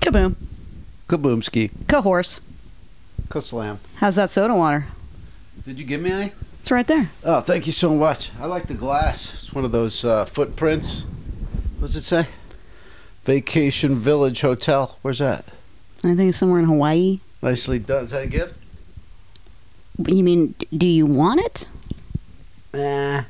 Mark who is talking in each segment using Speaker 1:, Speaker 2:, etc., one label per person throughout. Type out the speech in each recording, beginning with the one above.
Speaker 1: Kaboom.
Speaker 2: Kaboomski.
Speaker 1: Cahorse.
Speaker 2: Kaslam.
Speaker 1: How's that soda water?
Speaker 2: Did you give me any?
Speaker 1: It's right there.
Speaker 2: Oh, thank you so much. I like the glass. It's one of those uh, footprints. What's it say? Vacation Village Hotel. Where's that?
Speaker 1: I think it's somewhere in Hawaii.
Speaker 2: Nicely done. Is that a gift?
Speaker 1: You mean, do you want it?
Speaker 2: Nah.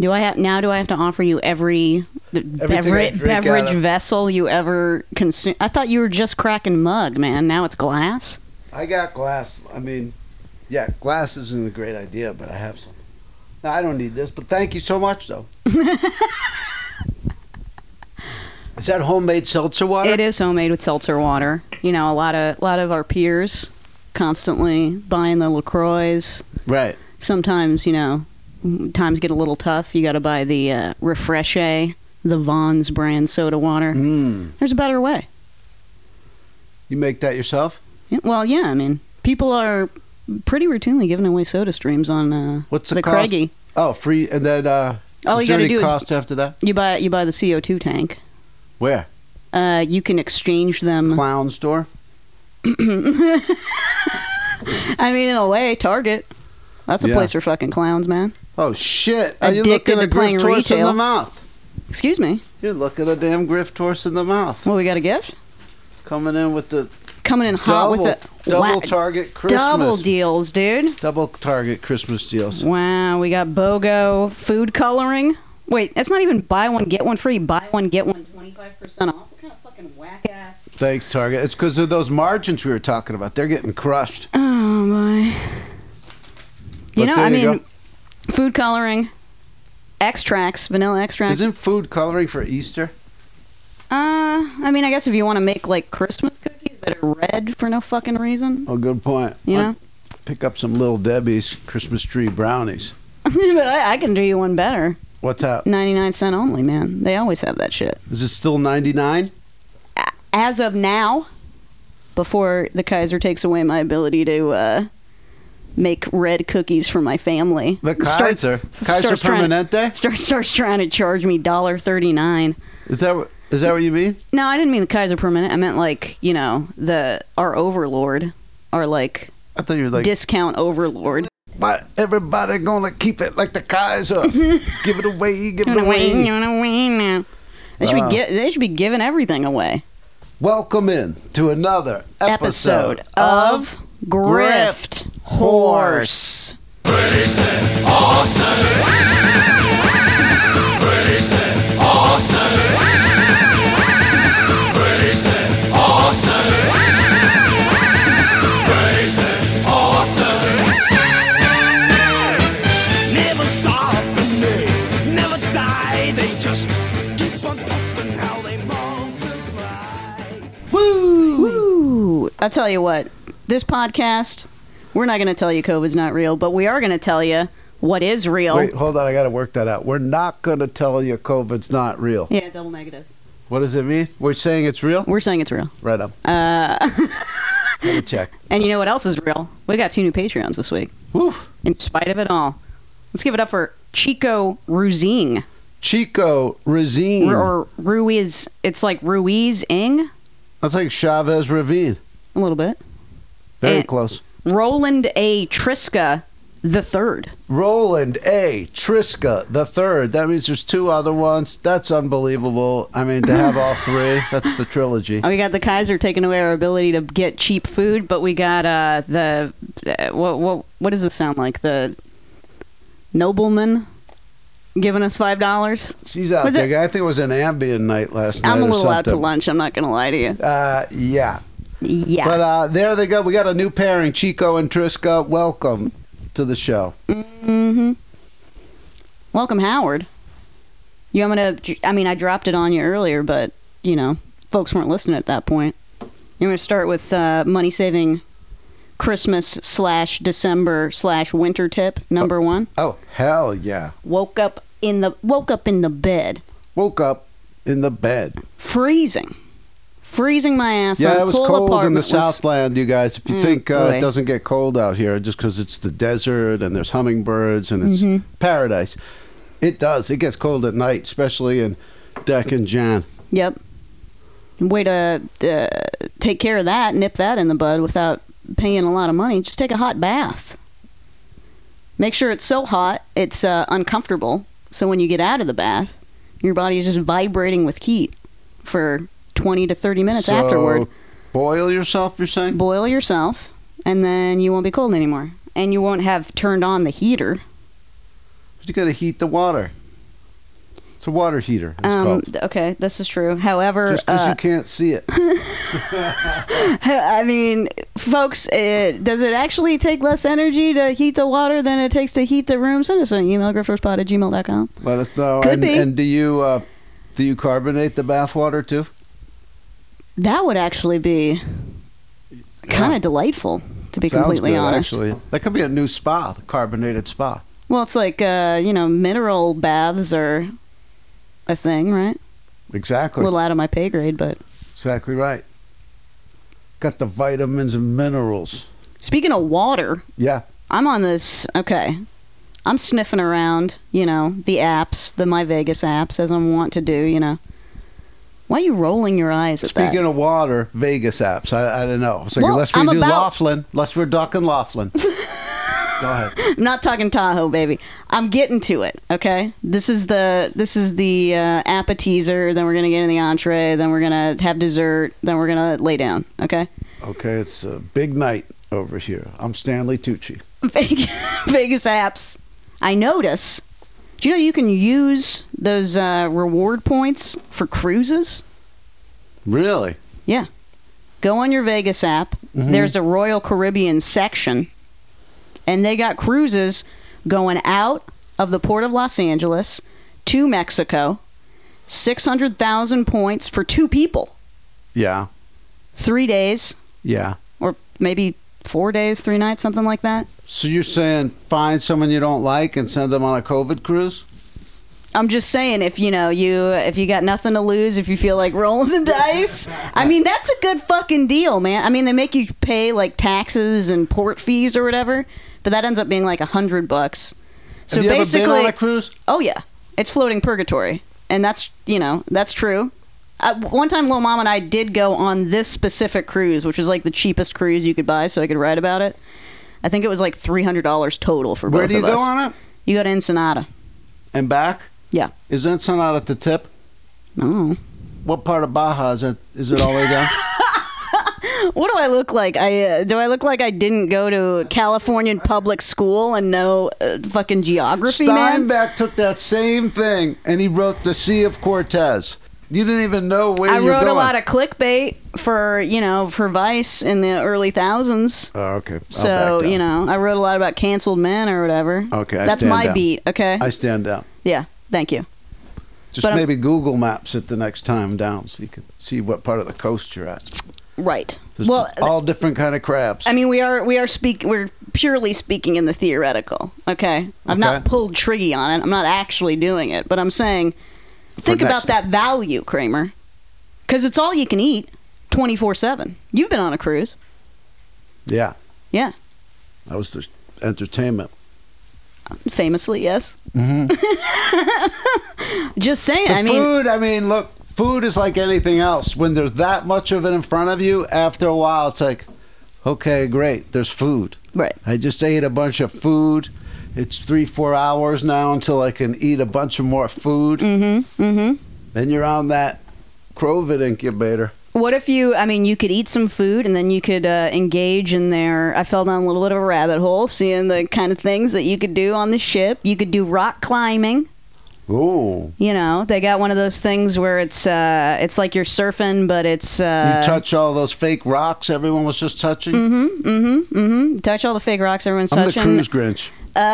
Speaker 1: Do I have now? Do I have to offer you every the
Speaker 2: Everything I
Speaker 1: beverage,
Speaker 2: drink out
Speaker 1: beverage
Speaker 2: of-
Speaker 1: vessel you ever consume? I thought you were just cracking mug, man. Now it's glass.
Speaker 2: I got glass. I mean, yeah, glass isn't a great idea, but I have some. No, I don't need this, but thank you so much, though. Is that homemade seltzer water?
Speaker 1: It is homemade with seltzer water. You know, a lot of a lot of our peers constantly buying the Lacroix.
Speaker 2: Right.
Speaker 1: Sometimes, you know, times get a little tough. You got to buy the uh, Refreshe, the Vaughn's brand soda water.
Speaker 2: Mm.
Speaker 1: There's a better way.
Speaker 2: You make that yourself?
Speaker 1: Yeah, well, yeah, I mean, people are pretty routinely giving away soda streams on uh,
Speaker 2: What's the
Speaker 1: the
Speaker 2: cost?
Speaker 1: Craigie.
Speaker 2: Oh, free. And then, uh,
Speaker 1: All
Speaker 2: is
Speaker 1: you
Speaker 2: there
Speaker 1: gotta
Speaker 2: any
Speaker 1: do is-
Speaker 2: cost after that?
Speaker 1: You buy you buy the CO two tank.
Speaker 2: Where?
Speaker 1: Uh, you can exchange them.
Speaker 2: Clown store?
Speaker 1: I mean, in a way, Target. That's a
Speaker 2: Yeah.
Speaker 1: place for fucking clowns, man.
Speaker 2: Oh, shit. Are you
Speaker 1: Addicted
Speaker 2: looking
Speaker 1: to
Speaker 2: a
Speaker 1: playing
Speaker 2: grift horse in
Speaker 1: retail.
Speaker 2: the mouth?
Speaker 1: Excuse me.
Speaker 2: You're looking a damn grift horse in the mouth.
Speaker 1: Well, we got a gift
Speaker 2: Coming in with the
Speaker 1: coming in hot
Speaker 2: double,
Speaker 1: with the
Speaker 2: double
Speaker 1: Wow.
Speaker 2: target Christmas.
Speaker 1: double deals, dude.
Speaker 2: Double target Christmas deals.
Speaker 1: Wow, we got BOGO food coloring. Wait, that's not even buy one get one free. Buy one get one 25 percent off. What kind of fucking whack ass?
Speaker 2: Thanks, Target. It's because of those margins we were talking about. They're getting crushed.
Speaker 1: Oh my.
Speaker 2: But
Speaker 1: You know,
Speaker 2: there
Speaker 1: I
Speaker 2: you
Speaker 1: mean,
Speaker 2: go.
Speaker 1: food coloring, extracts, vanilla extracts.
Speaker 2: Isn't food coloring for Easter?
Speaker 1: Uh, I mean, I guess if you want to make like Christmas cookies that are red for no fucking reason,
Speaker 2: Oh, good point.
Speaker 1: you know.
Speaker 2: Pick up some Little Debbie's Christmas tree brownies.
Speaker 1: but I, I can do you one better.
Speaker 2: What's up?
Speaker 1: Ninety nine cent only, man. They always have that shit.
Speaker 2: Is it still 99?
Speaker 1: As of now, before the Kaiser takes away my ability to uh, make red cookies for my family,
Speaker 2: The
Speaker 1: starts-
Speaker 2: Kaiser. Kaiser
Speaker 1: starts trying-
Speaker 2: Permanente?
Speaker 1: Start, starts trying to charge me dollar thirty nine.
Speaker 2: Is that what- is that what you mean?
Speaker 1: No, I didn't mean the Kaiser Permanente. I meant like you know the our overlord, our like
Speaker 2: I thought you were like,
Speaker 1: discount overlord.
Speaker 2: but everybody gonna keep it like the Kaiser. give it away, give it away.
Speaker 1: They should
Speaker 2: Wow.
Speaker 1: be gi- they should be giving everything away.
Speaker 2: Welcome in to another episode,
Speaker 1: Episode of Grift Horse.
Speaker 3: Never stop and they never die. They just keep on pumping how they multiply.
Speaker 1: Woo! I tell you what, this podcast, we're not going to tell you COVID's not real, but we are going to tell you what is real.
Speaker 2: Wait, hold on. I got to work that out. We're not going to tell you COVID's not real.
Speaker 1: Yeah, double negative.
Speaker 2: What does it mean? We're saying it's real?
Speaker 1: We're saying it's real.
Speaker 2: Right up. Uh, Let me check.
Speaker 1: And you know what else is real? We got two new Patreons this week,
Speaker 2: Woof.
Speaker 1: in spite of it all. Let's give it up for Chico Ruzing.
Speaker 2: Chico Razine.
Speaker 1: Or Ruiz. It's like Ruiz Ing,
Speaker 2: That's like Chavez Ravine.
Speaker 1: a little bit.
Speaker 2: Very
Speaker 1: Eh.
Speaker 2: close.
Speaker 1: Roland A. Triska the third.
Speaker 2: Roland A. Triska the third. That means there's two other ones. That's unbelievable. I mean, to have all three, that's the trilogy.
Speaker 1: Oh, we got the Kaiser taking away our ability to get cheap food, but we got uh, the uh, what what what does this sound like? The nobleman giving us five dollars.
Speaker 2: She's out
Speaker 1: Was
Speaker 2: there.
Speaker 1: it-
Speaker 2: I think it was an Ambien night last night.
Speaker 1: I'm a
Speaker 2: or
Speaker 1: little out to
Speaker 2: something.
Speaker 1: lunch. I'm not gonna lie to you.
Speaker 2: Uh, yeah.
Speaker 1: Yeah,
Speaker 2: But uh, there they go. We got a new pairing, Chico and Triska. Welcome to the show.
Speaker 1: welcome Howard. You want me to? I mean, I dropped it on you earlier, but you know, folks weren't listening at that point. You want me to start with uh, money saving Christmas slash December slash winter tip number one?
Speaker 2: Oh hell yeah!
Speaker 1: Woke up in the woke up in the bed.
Speaker 2: Woke up in the bed.
Speaker 1: freezing, freezing my ass.
Speaker 2: Yeah,
Speaker 1: off.
Speaker 2: it was
Speaker 1: Full
Speaker 2: cold in
Speaker 1: apartment
Speaker 2: the
Speaker 1: was-
Speaker 2: Southland, you guys. If you think uh, it
Speaker 1: Mm, boy.
Speaker 2: doesn't get cold out here, just because it's the desert and there's hummingbirds and it's
Speaker 1: Mm-hmm.
Speaker 2: paradise, it does. It gets cold at night, especially in Deccan Jan.
Speaker 1: Yep. Way to uh, take care of that, nip that in the bud without paying a lot of money, just take a hot bath. Make sure it's so hot it's uh, uncomfortable. So when you get out of the bath, your body is just vibrating with heat for 20 to 30 minutes
Speaker 2: So,
Speaker 1: afterward.
Speaker 2: Boil yourself, you're saying?
Speaker 1: Boil yourself, and then you won't be cold anymore. And you won't have turned on the heater.
Speaker 2: You gotta heat the water. It's a water heater, it's
Speaker 1: Um,
Speaker 2: called.
Speaker 1: th- okay, this is true. However,
Speaker 2: Just because
Speaker 1: uh,
Speaker 2: you can't see it.
Speaker 1: I mean, folks, it, does it actually take less energy to heat the water than it takes to heat the room? Send us an email, grifferspot at gmail.com.
Speaker 2: Let us know.
Speaker 1: Could
Speaker 2: and,
Speaker 1: be.
Speaker 2: and do you uh, do you carbonate the bath water too?
Speaker 1: That would actually be kind of
Speaker 2: Yeah.
Speaker 1: delightful, to be
Speaker 2: Sounds
Speaker 1: completely
Speaker 2: good,
Speaker 1: honest.
Speaker 2: Actually, that could be a new spa, the carbonated spa.
Speaker 1: Well, it's like, uh, you know, mineral baths are a thing, right? A
Speaker 2: Exactly.
Speaker 1: little out of my pay grade, but
Speaker 2: Exactly right. Got the vitamins and minerals.
Speaker 1: speaking of water,
Speaker 2: Yeah.
Speaker 1: I'm on this. Okay. I'm sniffing around, you know, the apps, the My Vegas apps, as I want to do, you know. Why are you rolling your eyes at that?
Speaker 2: Speaking of water, Vegas apps. I, I don't know. So
Speaker 1: Well,
Speaker 2: unless we
Speaker 1: I'm
Speaker 2: do
Speaker 1: about-
Speaker 2: Laughlin, unless we're ducking Laughlin. Go ahead.
Speaker 1: I'm not talking Tahoe, baby. I'm getting to it. Okay, this is the this is the uh, appetizer. Then we're gonna get in the entree. Then we're gonna have dessert. Then we're gonna lay down. Okay,
Speaker 2: Okay, it's a big night over here. I'm Stanley Tucci.
Speaker 1: Vegas, Vegas apps. I notice. Do you know you can use those uh, reward points for cruises?
Speaker 2: Really?
Speaker 1: Yeah. Go on your Vegas app. There's a Royal Caribbean section, and they got cruises going out of the port of Los Angeles to Mexico. 600,000 points for two people.
Speaker 2: Yeah.
Speaker 1: Three days,
Speaker 2: Yeah.
Speaker 1: or maybe four days, three nights, something like that.
Speaker 2: So you're saying find someone you don't like and send them on a COVID cruise?
Speaker 1: I'm just saying, if you know you, if you got nothing to lose, if you feel like rolling the dice, I mean that's a good fucking deal, man. I mean they make you pay like taxes and port fees or whatever, but that ends up being like a hundred bucks. So
Speaker 2: Have you
Speaker 1: basically,
Speaker 2: ever been on a cruise?
Speaker 1: oh yeah, it's floating purgatory, and that's you know that's true. Uh, one time, Lil Mom and I did go on this specific cruise, which was like the cheapest cruise you could buy, so I could write about it. I think it was like three hundred dollars total for
Speaker 2: Where
Speaker 1: both
Speaker 2: do you
Speaker 1: of
Speaker 2: go
Speaker 1: us.
Speaker 2: on it?
Speaker 1: You go to Ensenada.
Speaker 2: And back?
Speaker 1: Yeah.
Speaker 2: Is Ensenada at the tip?
Speaker 1: Oh.
Speaker 2: What part of Baja is it? Is it all the way down?
Speaker 1: What do I look like? I uh, do I look like I didn't go to Californian public school and know uh, fucking geography, man?
Speaker 2: Steinbeck took that same thing and he wrote the Sea of Cortez. You didn't even know where
Speaker 1: I
Speaker 2: you're
Speaker 1: wrote
Speaker 2: going.
Speaker 1: a lot of clickbait for you know for Vice in the early thousands.
Speaker 2: Oh, okay. I'll back
Speaker 1: So
Speaker 2: down.
Speaker 1: you know, I wrote a lot about canceled men or whatever.
Speaker 2: Okay, I
Speaker 1: that's
Speaker 2: stand
Speaker 1: my
Speaker 2: down.
Speaker 1: beat. Okay,
Speaker 2: I stand down.
Speaker 1: yeah, thank you.
Speaker 2: Just
Speaker 1: But I'm-
Speaker 2: maybe Google Maps it the next time down, so you can see what part of the coast you're at.
Speaker 1: Right.
Speaker 2: There's
Speaker 1: well,
Speaker 2: all different kind of crabs.
Speaker 1: I mean, we are we are speak we're purely speaking in the theoretical. Okay, I've not
Speaker 2: Okay.
Speaker 1: pulled Triggy on it. I'm not actually doing it, but I'm saying, think
Speaker 2: next
Speaker 1: about that value, Kramer, because it's all you can eat, twenty four seven. You've been on a cruise,
Speaker 2: yeah,
Speaker 1: yeah,
Speaker 2: that was the entertainment.
Speaker 1: famously, yes. Just saying.
Speaker 2: Mm-hmm. The
Speaker 1: I mean,
Speaker 2: food. I mean, look, food is like anything else. When there's that much of it in front of you, after a while, it's like, okay, great. There's food.
Speaker 1: right.
Speaker 2: I just ate a bunch of food. It's three, four hours now until I can eat a bunch of more food.
Speaker 1: Mm-hmm. Mm-hmm.
Speaker 2: Then you're on that COVID incubator.
Speaker 1: What if you? I mean, you could eat some food and then you could uh, engage in their. I fell down a little bit of a rabbit hole, seeing the kind of things that you could do on the ship. You could do rock climbing.
Speaker 2: Ooh.
Speaker 1: You know, they got one of those things where it's uh, it's like you're surfing, but it's
Speaker 2: You
Speaker 1: uh,
Speaker 2: touch all those fake rocks everyone was just touching.
Speaker 1: mm-hmm, mm-hmm. touch all the fake rocks everyone's
Speaker 2: I'm the
Speaker 1: touching. Uh,
Speaker 2: cruise Grinch.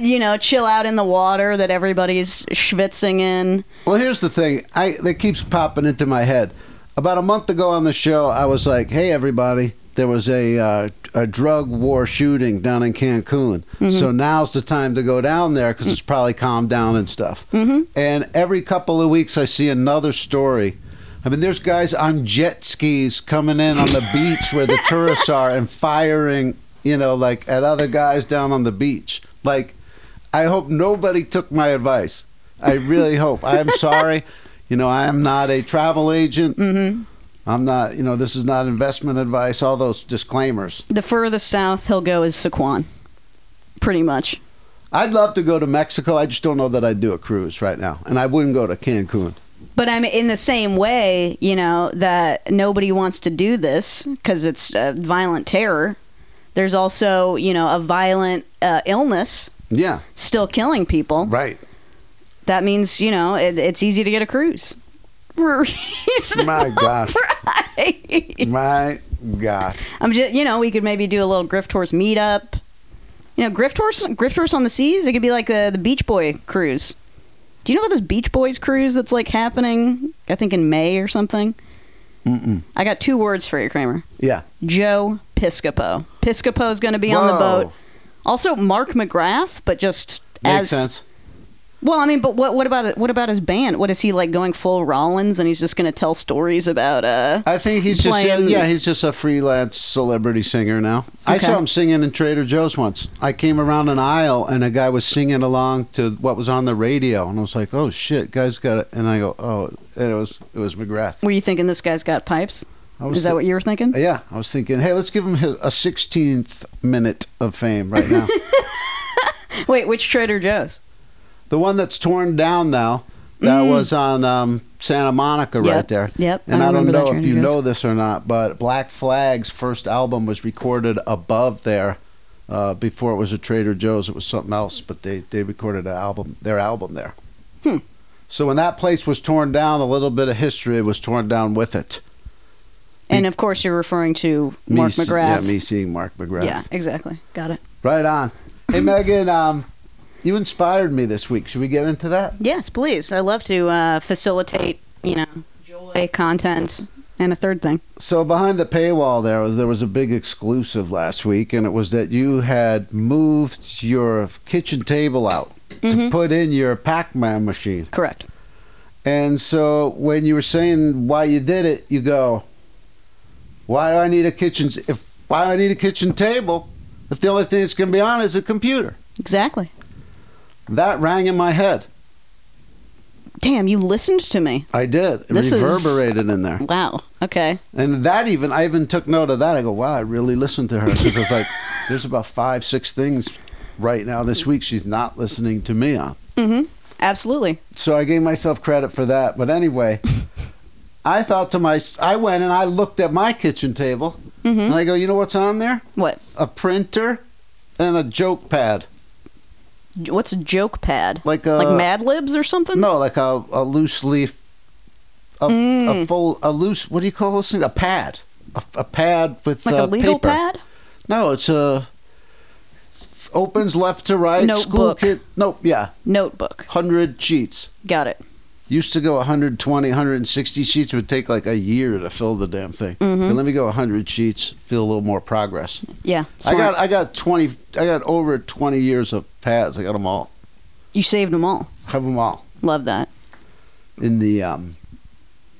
Speaker 1: You know, chill out in the water that everybody's schwitzing in.
Speaker 2: Well, here's the thing. I that keeps popping into my head. About a month ago on the show, I was like, "Hey, everybody! There was a uh, a drug war shooting down in Cancun, so now's the time to go down there because it's probably calmed down and stuff." Mm-hmm. And every couple of weeks, I see another story. I mean, there's guys on jet skis coming in on the beach where the tourists are and firing, you know, like at other guys down on the beach. Like, I hope nobody took my advice. I really hope. I am sorry. You know, I am not a travel agent. Mm-hmm. I'm not, you know, this is not investment advice, all those disclaimers.
Speaker 1: The furthest south he'll go is Saquon, pretty much.
Speaker 2: I'd love to go to Mexico. I just don't know that I'd do a cruise right now. And I wouldn't go to Cancun.
Speaker 1: But I'm in the same way, you know, that nobody wants to do this because it's uh, violent terror. There's also, you know, a violent uh, illness
Speaker 2: Yeah.
Speaker 1: still killing people.
Speaker 2: Right.
Speaker 1: That means, you know, it, it's easy to get a cruise.
Speaker 2: My
Speaker 1: My
Speaker 2: gosh. My God.
Speaker 1: I'm just, you know, we could maybe do a little Grift Horse meetup. You know, Grift Horse, Grift Horse on the seas. It could be like the the Beach Boy cruise. Do you know about this Beach Boys cruise that's like happening? I think in May or something.
Speaker 2: Mm-mm.
Speaker 1: I got two words for you, Kramer.
Speaker 2: Yeah.
Speaker 1: Joe Piscopo. Piscopo's going to be on the
Speaker 2: Whoa.
Speaker 1: boat. Also, Mark McGrath, but just
Speaker 2: Makes
Speaker 1: as
Speaker 2: sense.
Speaker 1: well. I mean, but what what about what about his band? What is he like going full Rollins and he's just going to tell stories about uh
Speaker 2: I think he's just
Speaker 1: playing-
Speaker 2: yeah, he's just a freelance celebrity singer now. I
Speaker 1: Okay.
Speaker 2: saw him singing in Trader Joe's once. I came around an aisle and a guy was singing along to what was on the radio, and I was like, "Oh shit, guys got it!" And I go, "Oh," and it was it was McGrath.
Speaker 1: Were you thinking this guy's got pipes?
Speaker 2: I was
Speaker 1: Is that
Speaker 2: thi-
Speaker 1: what you were thinking?
Speaker 2: Yeah, I was thinking, hey, let's give him his- a 16th minute of fame right now.
Speaker 1: Wait, which Trader Joe's?
Speaker 2: the one that's torn down now, that was on um, Santa Monica
Speaker 1: Mm. Yep,
Speaker 2: right there.
Speaker 1: yep,
Speaker 2: And
Speaker 1: I
Speaker 2: I, don't
Speaker 1: remember that
Speaker 2: know if
Speaker 1: Trader
Speaker 2: you
Speaker 1: Joe's.
Speaker 2: know this or not, but Black Flag's first album was recorded above there. Uh, before it was a Trader Joe's, it was something else, but they, they recorded an album, their album there.
Speaker 1: Hmm.
Speaker 2: So when that place was torn down, a little bit of history was torn down with it.
Speaker 1: And of course, you're referring to
Speaker 2: Me
Speaker 1: Mark
Speaker 2: see-
Speaker 1: McGrath.
Speaker 2: Yeah, me seeing Mark McGrath.
Speaker 1: Yeah, exactly. Got it.
Speaker 2: Right on. Hey, Megan, um, you inspired me this week. Should we get into that?
Speaker 1: Yes, please. I love to uh, facilitate, you know, joy, content, and a third thing.
Speaker 2: So behind the paywall, there was there was a big exclusive last week, and it was that you had moved your kitchen table out
Speaker 1: Mm-hmm.
Speaker 2: to put in your Pac-Man machine.
Speaker 1: Correct.
Speaker 2: And so when you were saying why you did it, you go, "Why do I need a kitchen? If why do I need a kitchen table? If the only thing that's going to be on is a computer."
Speaker 1: Exactly.
Speaker 2: That rang in my head.
Speaker 1: Damn, you listened to me.
Speaker 2: I did. It
Speaker 1: This is-
Speaker 2: reverberated in there.
Speaker 1: Wow. Okay.
Speaker 2: And that even, I even took note of that. I go, wow, I really listened to her. Because it's like, there's about five, six things right now this week she's not listening to me on.
Speaker 1: Mm-hmm. Absolutely.
Speaker 2: So I gave myself credit for that. But anyway, I thought to my, I went and I looked at my kitchen table
Speaker 1: Mm-hmm.
Speaker 2: and I go, you know what's on there?
Speaker 1: What?
Speaker 2: A printer and a joke pad.
Speaker 1: J- What's a joke pad?
Speaker 2: Like a,
Speaker 1: like Mad Libs or something?
Speaker 2: no, like a, a loose leaf, a, a
Speaker 1: Mm.
Speaker 2: full, a loose, what do you call this thing? A pad. A, a pad with
Speaker 1: Like
Speaker 2: uh,
Speaker 1: a legal
Speaker 2: paper.
Speaker 1: pad?
Speaker 2: No, it's a it's- opens left to right. School
Speaker 1: Notebook.
Speaker 2: kid. Nope. Yeah,
Speaker 1: Notebook.
Speaker 2: hundred sheets.
Speaker 1: Got it.
Speaker 2: Used to go 120, 160 sheets. It would take like a year to fill the damn thing.
Speaker 1: Mm-hmm.
Speaker 2: But let me go 100 sheets. Feel a little more progress.
Speaker 1: Yeah.
Speaker 2: I
Speaker 1: smart.
Speaker 2: got I got 20. I got over 20 years of pads. I got them all.
Speaker 1: You saved them all.
Speaker 2: Have them all
Speaker 1: Love that.
Speaker 2: in the um.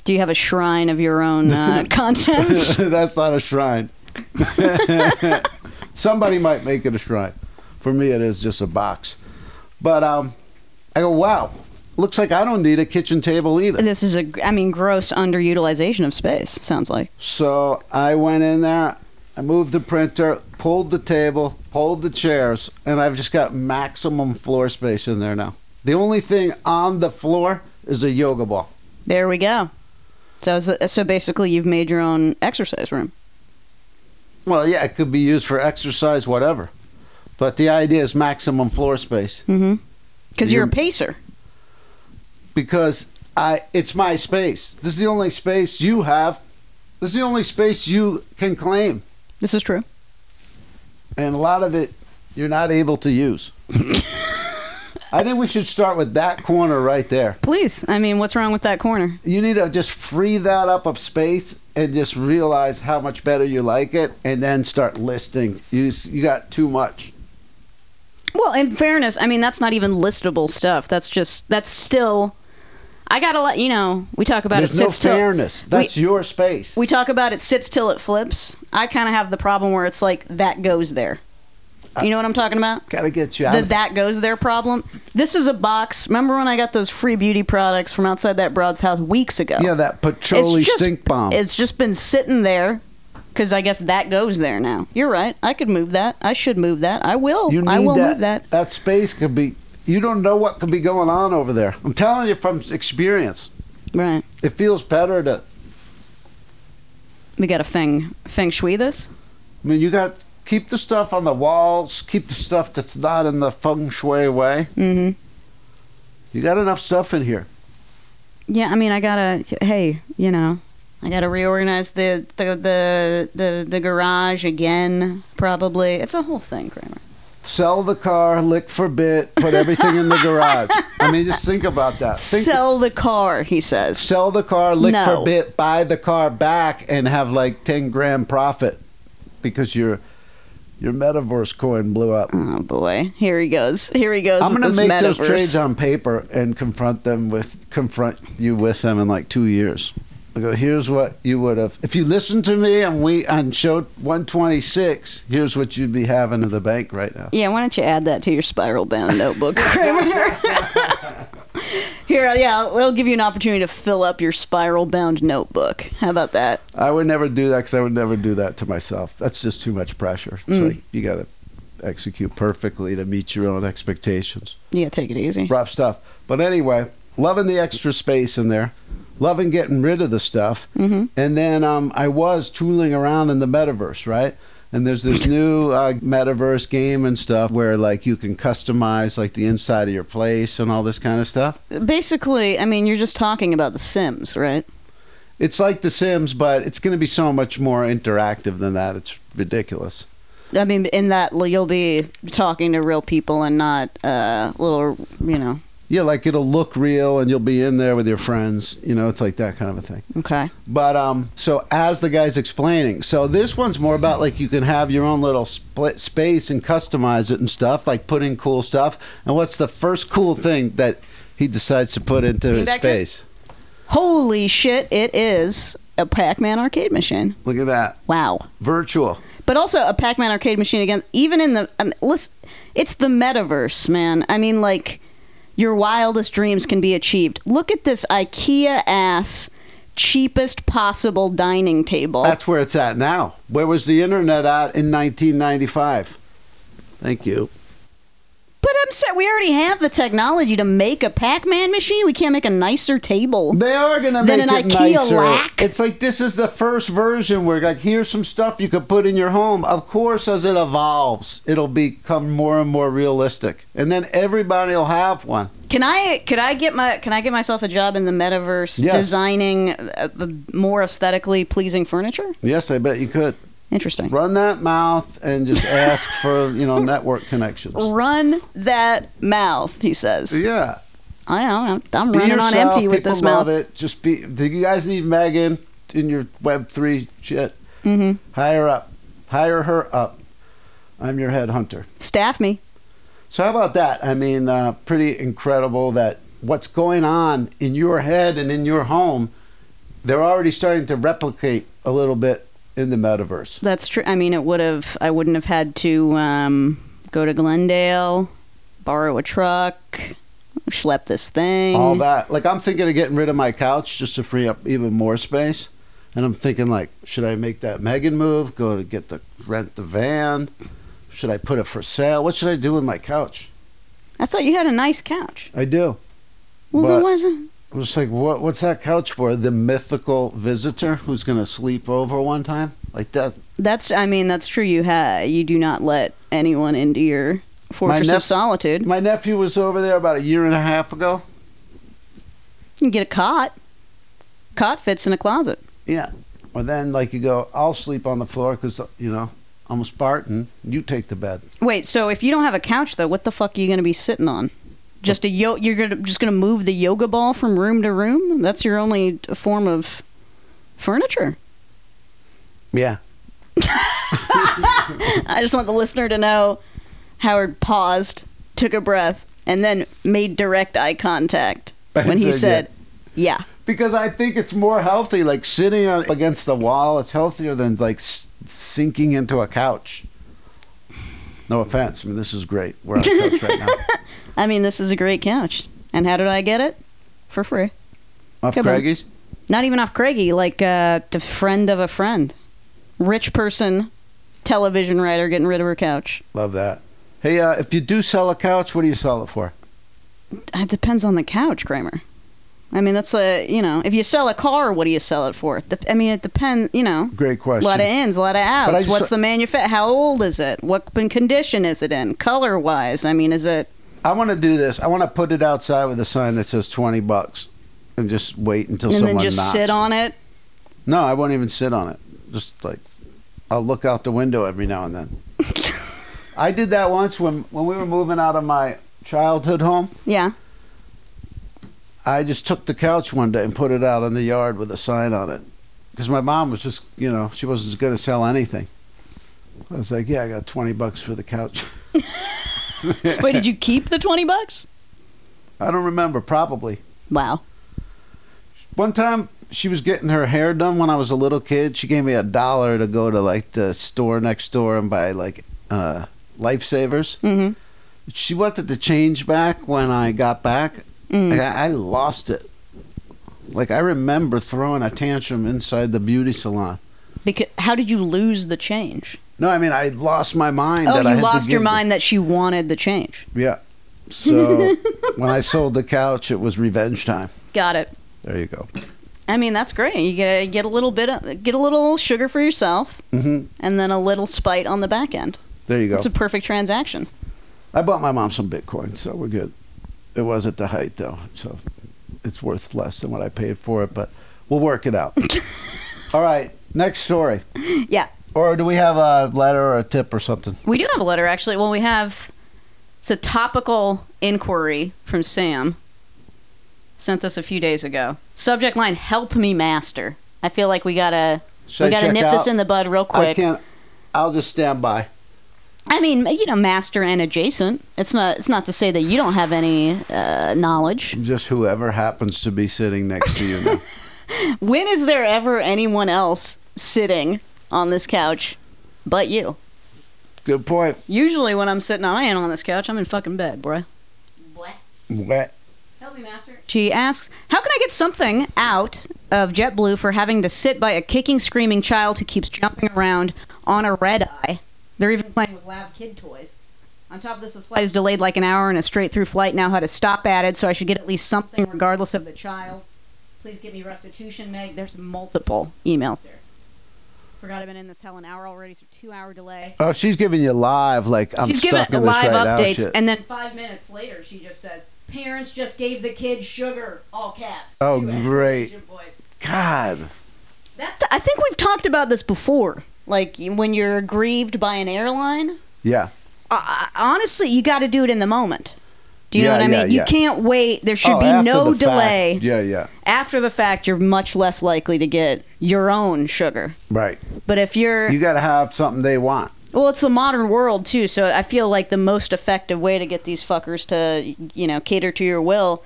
Speaker 1: Do you have a shrine of your own uh, content?
Speaker 2: that's not a shrine. Somebody might make it a shrine. For me, it is just a box. But um, I go, wow. Looks like I don't need a kitchen table either.
Speaker 1: this is a, I mean, gross underutilization of space, sounds like.
Speaker 2: So I went in there, I moved the printer, pulled the table, pulled the chairs, and I've just got maximum floor space in there now. The only thing on the floor is a yoga ball.
Speaker 1: There we go. So, is it- so basically, you've made your own exercise room.
Speaker 2: Well, yeah, it could be used for exercise, whatever. But the idea is maximum floor space.
Speaker 1: Mm-hmm. Because you're a
Speaker 2: You're-
Speaker 1: pacer.
Speaker 2: because I it's my space. This is the only space you have. This is the only space you can claim,
Speaker 1: This is true.
Speaker 2: and a lot of it you're not able to use. I think we should start with that corner right there.
Speaker 1: Please. I mean, what's wrong with that corner?
Speaker 2: You need to just free that up of space and just realize how much better you like it, and then start listing. You s- you got too much.
Speaker 1: Well, in fairness, I mean, that's not even listable stuff. That's just, that's still, I got a lot, you know, we talk about it
Speaker 2: There's no
Speaker 1: sits till-
Speaker 2: fairness. That's
Speaker 1: we,
Speaker 2: your space.
Speaker 1: we talk about it sits till it flips. I kind of have the problem where it's like, that goes there. You know what I'm talking about?
Speaker 2: Gotta get you
Speaker 1: the
Speaker 2: out.
Speaker 1: that goes there problem. This is a box. Remember when I got those free beauty products from outside that broad's house weeks ago?
Speaker 2: yeah, that patchouli
Speaker 1: just,
Speaker 2: stink bomb.
Speaker 1: It's just been sitting there because I guess that goes there now. You're right. I could move that. I should move that. I will.
Speaker 2: You need
Speaker 1: Oh, I will
Speaker 2: that,
Speaker 1: move that.
Speaker 2: That space could be. You don't know what could be going on over there. I'm telling you from experience.
Speaker 1: Right.
Speaker 2: It feels better to.
Speaker 1: We got to feng feng shui this.
Speaker 2: I mean, you got keep the stuff on the walls. Keep the stuff that's not in the feng shui way.
Speaker 1: Mm-hmm.
Speaker 2: You got enough stuff in here.
Speaker 1: Yeah, I mean, I gotta. Hey, you know, I gotta reorganize the the the the, the garage again. Probably it's a whole thing, Kramer.
Speaker 2: Sell the car, lick for bit, put everything in the garage. I mean, just think about that. Think,
Speaker 1: Sell the car, he says.
Speaker 2: sell the car, lick
Speaker 1: No.
Speaker 2: for bit, buy the car back, and have like ten grand profit because your your metaverse coin blew up.
Speaker 1: Oh boy, here he goes. Here he goes.
Speaker 2: I'm
Speaker 1: with
Speaker 2: gonna
Speaker 1: this
Speaker 2: make
Speaker 1: metaverse.
Speaker 2: those trades on paper and confront them with confront you with them in like two years. I go, here's what you would have if you listened to me and we on show 126. Here's what you'd be having in the bank right now.
Speaker 1: Yeah, why don't you add that to your spiral bound notebook, Kramer? Here, yeah, it'll give you an opportunity to fill up your spiral bound notebook. How about that?
Speaker 2: I would never do that because I would never do that to myself. That's just too much pressure. It's like you got to execute perfectly to meet your own expectations.
Speaker 1: Yeah, take it easy.
Speaker 2: rough stuff. But anyway, loving the extra space in there, loving getting rid of the stuff. And then um, I was tooling around in the metaverse, right? And there's this new uh, metaverse game and stuff where like you can customize like the inside of your place and all this kind of stuff.
Speaker 1: Basically, I mean, you're just talking about The Sims, right?
Speaker 2: It's like The Sims, but it's going to be so much more interactive than that. It's ridiculous.
Speaker 1: I mean, in that l- you'll be talking to real people and not uh, little, you know.
Speaker 2: Yeah, like it'll look real and you'll be in there with your friends. You know, it's like that kind of a thing.
Speaker 1: Okay.
Speaker 2: But um, so as the guy's explaining, so this one's more about like you can have your own little split space and customize it and stuff, like put in cool stuff. And what's the first cool thing that he decides to put into his
Speaker 1: back here.
Speaker 2: space?
Speaker 1: Holy shit! It is a Pac-Man arcade machine.
Speaker 2: Look at that,
Speaker 1: Wow.
Speaker 2: virtual.
Speaker 1: But also a Pac-Man arcade machine again. Even in the um, listen, it's the metaverse, man. I mean, like your wildest dreams can be achieved. Look at this IKEA ass cheapest possible dining table.
Speaker 2: That's where it's at now. Where was the internet at in 1995? Thank you.
Speaker 1: but I'm sorry, we already have the technology to make a Pac-Man machine. We can't make a nicer table.
Speaker 2: They are gonna
Speaker 1: Then
Speaker 2: make
Speaker 1: an
Speaker 2: it
Speaker 1: IKEA
Speaker 2: nicer.
Speaker 1: lack?
Speaker 2: It's like this is the first version where like here's some stuff you could put in your home. Of course, as it evolves, it'll become more and more realistic, and then everybody'll have one.
Speaker 1: Can I could I get my can I get myself a job in the metaverse
Speaker 2: Yes.
Speaker 1: designing uh, uh, more aesthetically pleasing furniture?
Speaker 2: Yes, I bet you could
Speaker 1: Interesting.
Speaker 2: run that mouth and just ask for you know network connections.
Speaker 1: Run that mouth, he says.
Speaker 2: Yeah,
Speaker 1: I don't know. I'm
Speaker 2: Be
Speaker 1: running on
Speaker 2: yourself.
Speaker 1: empty with
Speaker 2: People
Speaker 1: this
Speaker 2: love
Speaker 1: mouth.
Speaker 2: It. Just be. Do you guys need Megan in your Web three shit?
Speaker 1: Mhm.
Speaker 2: Hire up. Hire her up. I'm your head hunter.
Speaker 1: Staff me.
Speaker 2: So how about that? I mean, uh, pretty incredible that what's going on in your head and in your home, they're already starting to replicate a little bit in the metaverse.
Speaker 1: That's true. I mean, it would have. I wouldn't have had to um, go to Glendale, borrow a truck, schlep this thing.
Speaker 2: All that. Like I'm thinking of getting rid of my couch just to free up even more space. And I'm thinking like, should I make that Megan move? Go to get the rent the van? Should I put it for sale? What should I do with my couch?
Speaker 1: I thought you had a nice couch.
Speaker 2: I do.
Speaker 1: Well,
Speaker 2: But-
Speaker 1: there wasn't.
Speaker 2: I'm just like, what? What's that couch for? The mythical visitor who's gonna sleep over one time? Like that?
Speaker 1: That's. I mean, that's true. You ha You do not let anyone into your fortress
Speaker 2: nep-
Speaker 1: of solitude.
Speaker 2: My nephew was over there about a year and a half ago.
Speaker 1: You can get a cot. Cot fits in a closet.
Speaker 2: Yeah. Or then, like, you go, I'll sleep on the floor because, you know, I'm a Spartan. You take the bed.
Speaker 1: Wait, so if you don't have a couch though, what the fuck are you going to be sitting on? Just a yo you're going to just going to move the yoga ball from room to room? That's your only form of furniture.
Speaker 2: Yeah.
Speaker 1: I just want the listener to know Howard paused, took a breath, and then made direct eye contact when he
Speaker 2: Said,
Speaker 1: said, "Yeah."
Speaker 2: Because I think it's more healthy. Like, sitting on, against the wall, it's healthier than, like, s- sinking into a couch. No offense. I mean, this is great. We're on the coast right now.
Speaker 1: I mean, this is a great couch. And how did I get it? For free.
Speaker 2: Off
Speaker 1: Come on.
Speaker 2: Craigie's?
Speaker 1: Not even off Craigie, like uh, a friend of a friend. Rich person, television writer getting rid of her couch.
Speaker 2: Love that. Hey, uh, if you do sell a couch, what do you sell it for?
Speaker 1: It depends on the couch, Kramer. I mean, that's a, you know, if you sell a car, what do you sell it for? Dep- I mean, it depends, you know.
Speaker 2: Great
Speaker 1: A
Speaker 2: question.
Speaker 1: lot of ins, a lot of
Speaker 2: But I
Speaker 1: outs.
Speaker 2: just
Speaker 1: What's
Speaker 2: wa-
Speaker 1: the manufacturer? How old is it? What con- condition is it in? Color wise? I mean, is it.
Speaker 2: I want to do this. I want to put it outside with a sign that says 20 bucks and just wait until
Speaker 1: and
Speaker 2: someone
Speaker 1: then just
Speaker 2: knocks.
Speaker 1: sit on it?
Speaker 2: No, I won't even sit on it. Just like I'll look out the window every now and then. I did that once when when we were moving out of my childhood home.
Speaker 1: Yeah.
Speaker 2: I just took the couch one day and put it out in the yard with a sign on it because my mom was just you know she wasn't going to sell anything. I was like, yeah, I got 20 bucks for the couch.
Speaker 1: Wait, did you keep the 20 bucks?
Speaker 2: I don't remember, probably.
Speaker 1: Wow.
Speaker 2: One time she was getting her hair done when I was a little kid. She gave me a dollar to go to like the store next door and buy like uh, lifesavers.
Speaker 1: Mm
Speaker 2: She wanted the change back when I got back.
Speaker 1: hmm. Mm.
Speaker 2: Like, I, I lost it. Like I remember throwing a tantrum inside the beauty salon.
Speaker 1: Because how did you lose the change?
Speaker 2: No, I mean I lost my mind.
Speaker 1: Oh,
Speaker 2: that I
Speaker 1: you
Speaker 2: had to
Speaker 1: lost your
Speaker 2: give the-
Speaker 1: mind that she wanted the change.
Speaker 2: yeah. So when I sold the couch, it was revenge time.
Speaker 1: Got it.
Speaker 2: There you go.
Speaker 1: I mean, that's great. You get a, get a little bit of, get a little sugar for yourself,
Speaker 2: hmm
Speaker 1: and then a little spite on the back end.
Speaker 2: There you go.
Speaker 1: It's a perfect transaction.
Speaker 2: I bought my mom some Bitcoin, so we're good. It was at the height though, so it's worth less than what I paid for it, but we'll work it out. All right, next story.
Speaker 1: Yeah.
Speaker 2: Or do we have a letter or a tip or something?
Speaker 1: We do have a letter, actually. Well, we have it's a topical inquiry from Sam. Sent this a few days ago. Subject line: Help me master. I feel like we gotta
Speaker 2: Should
Speaker 1: we
Speaker 2: I
Speaker 1: gotta
Speaker 2: check
Speaker 1: nip
Speaker 2: out?
Speaker 1: this in the bud real
Speaker 2: I
Speaker 1: quick.
Speaker 2: can't. I'll just stand by.
Speaker 1: I mean, you know, master and adjacent. It's not. It's not to say that you don't have any uh, knowledge.
Speaker 2: Just whoever happens to be sitting next to you. Now.
Speaker 1: When is there ever anyone else sitting on this couch but you?
Speaker 2: good point.
Speaker 1: Usually, when I'm sitting, I ain't on this couch. I'm in fucking bed, bruh.
Speaker 2: What?
Speaker 1: Help me, master. She asks, "How can I get something out of JetBlue for having to sit by a kicking, screaming child who keeps jumping around on a red eye? They're even playing with loud kid toys." On top of this, the flight is delayed like an hour, and a straight-through flight now had a stop added, so I should get at least something, regardless of the child. Please give me restitution, Meg. There's multiple emails here. Forgot I've been in this hell an hour already, so two-hour delay.
Speaker 2: Oh, she's giving you live. Like I'm
Speaker 1: She's
Speaker 2: stuck
Speaker 1: giving
Speaker 2: in this
Speaker 1: live
Speaker 2: right now.
Speaker 1: updates,
Speaker 2: shit.
Speaker 1: and then five minutes later, she just says, "Parents just gave the kid sugar." All caps.
Speaker 2: Oh,
Speaker 1: Two
Speaker 2: great.
Speaker 1: exclamation points.
Speaker 2: God.
Speaker 1: That's. I think we've talked about this before. Like when you're aggrieved by an airline,
Speaker 2: Yeah.
Speaker 1: I, I- honestly, you got to do it in the moment. Do you know
Speaker 2: Yeah,
Speaker 1: what I
Speaker 2: yeah,
Speaker 1: mean?
Speaker 2: yeah.
Speaker 1: You can't wait. There should
Speaker 2: Oh,
Speaker 1: be
Speaker 2: after
Speaker 1: no
Speaker 2: the fact.
Speaker 1: delay.
Speaker 2: Yeah, yeah.
Speaker 1: After the fact, you're much less likely to get your own sugar.
Speaker 2: Right.
Speaker 1: But if you're
Speaker 2: You got to have something they want.
Speaker 1: Well, it's the modern world too, so I feel like the most effective way to get these fuckers to, you know, cater to your will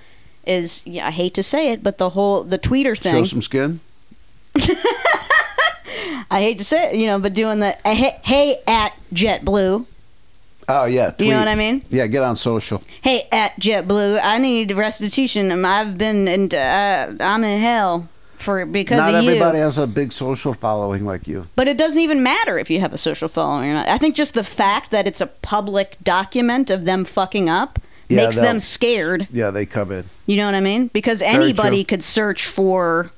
Speaker 1: is yeah, I hate to say it, but the whole the tweeter
Speaker 2: Show
Speaker 1: thing.
Speaker 2: some skin.
Speaker 1: I hate to say it, you know, but doing the uh, hey, hey at JetBlue,
Speaker 2: Oh yeah, tweet.
Speaker 1: you know what I mean?
Speaker 2: Yeah, get on social.
Speaker 1: Hey at JetBlue, I need restitution. Um, I've been in uh, I'm in hell for because
Speaker 2: Not
Speaker 1: of
Speaker 2: everybody
Speaker 1: you.
Speaker 2: has a big social following like you.
Speaker 1: But it doesn't even matter if you have a social following or not. I think just the fact that it's a public document of them fucking up
Speaker 2: Yeah,
Speaker 1: makes
Speaker 2: they'll-
Speaker 1: them scared.
Speaker 2: Yeah, they come in.
Speaker 1: You know what I mean? Because
Speaker 2: true.
Speaker 1: anybody could search for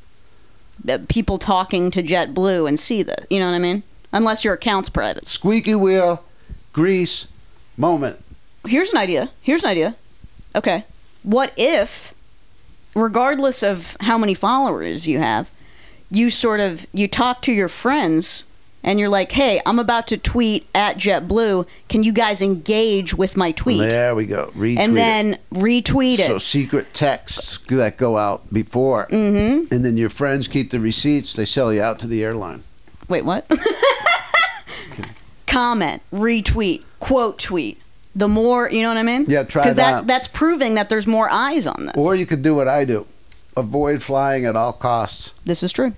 Speaker 1: uh, people talking to JetBlue and see that. You know what I mean? Unless your account's private.
Speaker 2: Squeaky wheel, grease, moment.
Speaker 1: Here's an idea. Here's an idea. Okay. What if, regardless of how many followers you have, you sort of you talk to your friends and you're like, "Hey, I'm about to tweet at JetBlue. Can you guys engage with my tweet?"
Speaker 2: There we go. Retweet.
Speaker 1: and then retweet
Speaker 2: it.
Speaker 1: it.
Speaker 2: so secret texts that go out before, mm-hmm. and then your friends keep the receipts. They sell you out to the airline.
Speaker 1: Wait, what? Comment, retweet, quote tweet. The more, you know what I mean?
Speaker 2: Yeah, try
Speaker 1: Because
Speaker 2: that.
Speaker 1: that, that's proving that there's more eyes on this.
Speaker 2: Or you could do what I do: avoid flying at all costs.
Speaker 1: this is true.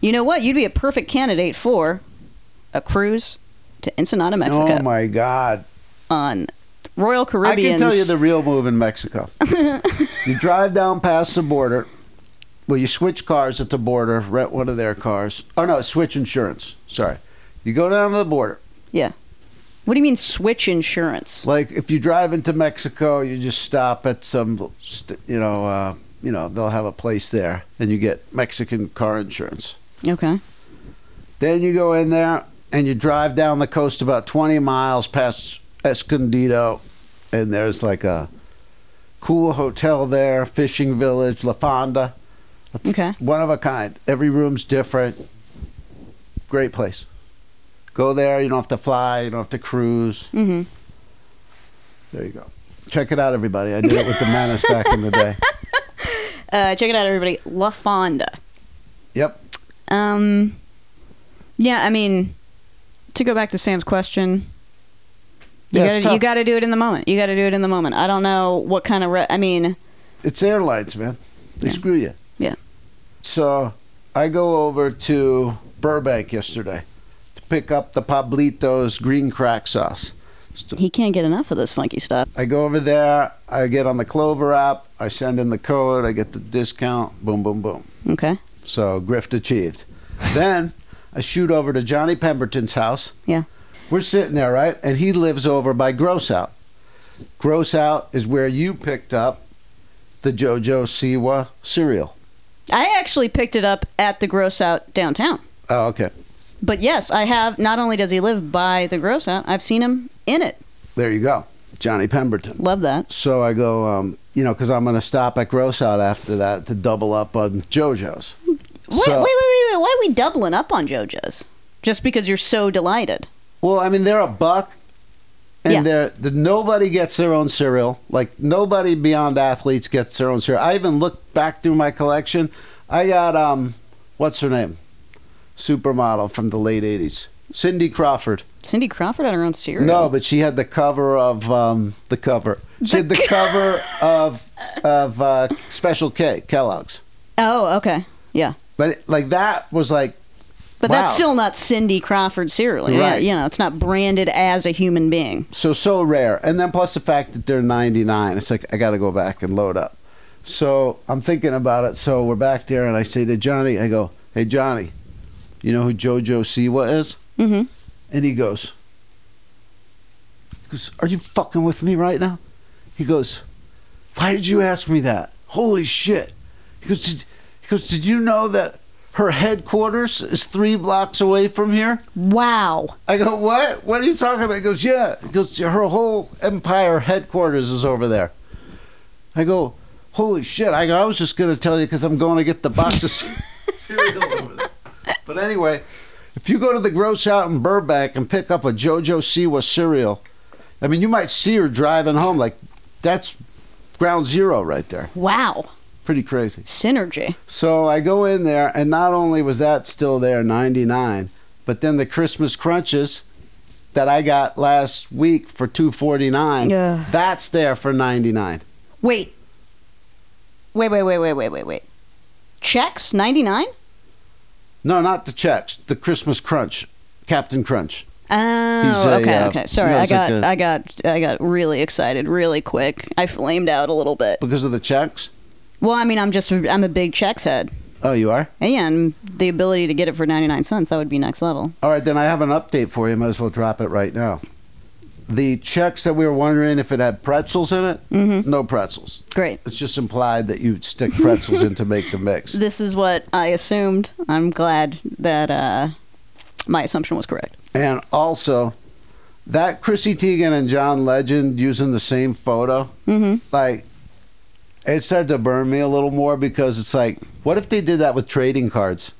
Speaker 1: You know what? You'd be a perfect candidate for a cruise to Ensenada, Mexico,
Speaker 2: Oh my God!
Speaker 1: on Royal Caribbean's.
Speaker 2: I can tell you the real move in Mexico. you drive down past the border. Well, you switch cars at the border, rent one of their cars. Oh no, switch insurance. Sorry. You go down to the border.
Speaker 1: yeah. What do you mean switch insurance?
Speaker 2: Like if you drive into Mexico, you just stop at some, st- you know, uh, you know, they'll have a place there, and you get Mexican car insurance.
Speaker 1: Okay.
Speaker 2: Then you go in there and you drive down the coast about 20 miles past Escondido, and there's like a cool hotel there, fishing village, La Fonda. It's
Speaker 1: Okay.
Speaker 2: One of a kind. Every room's different. Great place. Go there. You don't have to fly. You don't have to cruise.
Speaker 1: Mm-hmm.
Speaker 2: There you go. Check it out, everybody. I did it with the Menace back in the day.
Speaker 1: Uh, check it out, everybody. La Fonda.
Speaker 2: Yep.
Speaker 1: Um, yeah, I mean, to go back to Sam's question, you
Speaker 2: Yeah, it's
Speaker 1: gotta, you
Speaker 2: tough.
Speaker 1: gotta do it in the moment. You gotta do it in the moment. I don't know what kind of. Re- I mean,
Speaker 2: It's airlines, man. They
Speaker 1: Yeah.
Speaker 2: screw you.
Speaker 1: Yeah.
Speaker 2: So I go over to Burbank yesterday to pick up the Pablito's green crack sauce.
Speaker 1: he can't get enough of this funky stuff.
Speaker 2: I go over there, I get on the Clover app, I send in the code, I get the discount, boom, boom, boom.
Speaker 1: Okay.
Speaker 2: So grift achieved. then I shoot over to Johnny Pemberton's house.
Speaker 1: Yeah.
Speaker 2: We're sitting there, right? And he lives over by Gross Out. Gross Out is where you picked up the JoJo Siwa cereal.
Speaker 1: I actually picked it up at the Gross Out downtown.
Speaker 2: Oh, okay.
Speaker 1: But yes, I have. Not only does he live by the Gross Out, I've seen him in it.
Speaker 2: There you go. Johnny Pemberton.
Speaker 1: Love that.
Speaker 2: So I go, um, you know, because I'm going to stop at Gross Out after that to double up on JoJo's.
Speaker 1: Wait,
Speaker 2: So-
Speaker 1: wait, wait, wait, wait. Why are we doubling up on JoJo's? Just because you're so delighted.
Speaker 2: Well, I mean, they're a buck, and
Speaker 1: Yeah.
Speaker 2: they're the, nobody gets their own cereal. Like nobody beyond athletes gets their own cereal. I even looked back through my collection. I got um, what's her name, supermodel from the late '80s, Cindy Crawford.
Speaker 1: Cindy Crawford on her own cereal.
Speaker 2: No, but she had the cover of um, the cover. She had the cover of of uh, Special K Kellogg's.
Speaker 1: Oh, okay. Yeah.
Speaker 2: But it, like that was like
Speaker 1: But
Speaker 2: Wow.
Speaker 1: that's still not Cindy Crawford cereal. Yeah,
Speaker 2: Right.
Speaker 1: you know, it's not branded as a human being.
Speaker 2: so so rare and then plus the fact that they're 99 it's like i gotta go back and load up so i'm thinking about it so we're back there and i say to johnny i go hey johnny you know who jojo siwa is
Speaker 1: Mm-hmm.
Speaker 2: and he goes he goes are you fucking with me right now he goes why did you ask me that holy shit he goes did, he goes did you know that her headquarters is three blocks away from here
Speaker 1: Wow.
Speaker 2: I go, what? What are you talking about? He goes, yeah. He goes, her whole empire headquarters is over there. I go, holy shit. I go, I was just going to tell you because I'm going to get the box of cere- cereal over there. But anyway, if you go to the gross out in Burbank and pick up a JoJo Siwa cereal, I mean, you might see her driving home. Like, that's ground zero right there.
Speaker 1: Wow.
Speaker 2: Pretty crazy.
Speaker 1: Synergy.
Speaker 2: So I go in there, and not only was that still there, 99, but then the Christmas crunches that I got last week for 249,
Speaker 1: Yeah.
Speaker 2: that's there for 99.
Speaker 1: Wait. Wait, wait, wait, wait, wait, wait, wait. Checks 99?
Speaker 2: No, not the checks, the Christmas crunch, Captain Crunch.
Speaker 1: Oh,
Speaker 2: He's a,
Speaker 1: okay,
Speaker 2: uh,
Speaker 1: okay. Sorry,
Speaker 2: no,
Speaker 1: I
Speaker 2: it's like
Speaker 1: got,
Speaker 2: a-
Speaker 1: I got, I got really excited, really quick. I flamed out a little bit.
Speaker 2: Because of the checks?
Speaker 1: Well, I mean, I'm just, I'm a big checks head,
Speaker 2: Oh, you are?
Speaker 1: and the ability to get it for 99 cents that would be next level.
Speaker 2: All right, then I have an update for you. Might as well drop it right now. The checks that we were wondering if it had pretzels in it, no pretzels.
Speaker 1: Great.
Speaker 2: It's just implied that you stick pretzels in to make the mix.
Speaker 1: This is what I assumed. I'm glad that uh, my assumption was correct.
Speaker 2: And also, that Chrissy Teigen and John Legend using the same photo,
Speaker 1: Mhm.
Speaker 2: like, it started to burn me a little more because it's like, what if they did that with trading cards?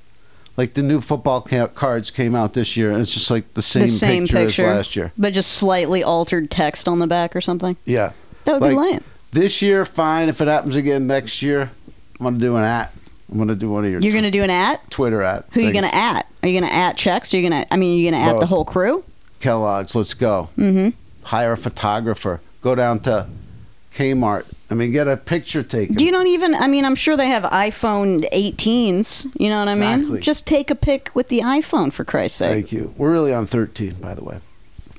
Speaker 2: Like the new football ca- cards came out this year, and it's just like the same,
Speaker 1: the same
Speaker 2: picture,
Speaker 1: picture,
Speaker 2: as last year.
Speaker 1: but just slightly altered text on the back or something.
Speaker 2: Yeah,
Speaker 1: That would be
Speaker 2: Like-
Speaker 1: lame.
Speaker 2: this year fine. If it happens again next year, I'm gonna do an at. I'm gonna do one of your
Speaker 1: You're gonna do an at.
Speaker 2: Twitter at.
Speaker 1: Who you
Speaker 2: things.
Speaker 1: gonna at? Are you gonna at checks? Are you gonna? I mean, are you gonna at the
Speaker 2: Both.
Speaker 1: whole crew?
Speaker 2: Kellogg's, let's go.
Speaker 1: Mhm.
Speaker 2: Hire a photographer. Go down to Kmart. I mean, get a picture taken.
Speaker 1: You don't even. I mean, I'm sure they have iPhone 18s. You know what I mean?
Speaker 2: Exactly.
Speaker 1: Just take a pic with the iPhone for Christ's sake.
Speaker 2: Thank you. We're really on 13, by the way.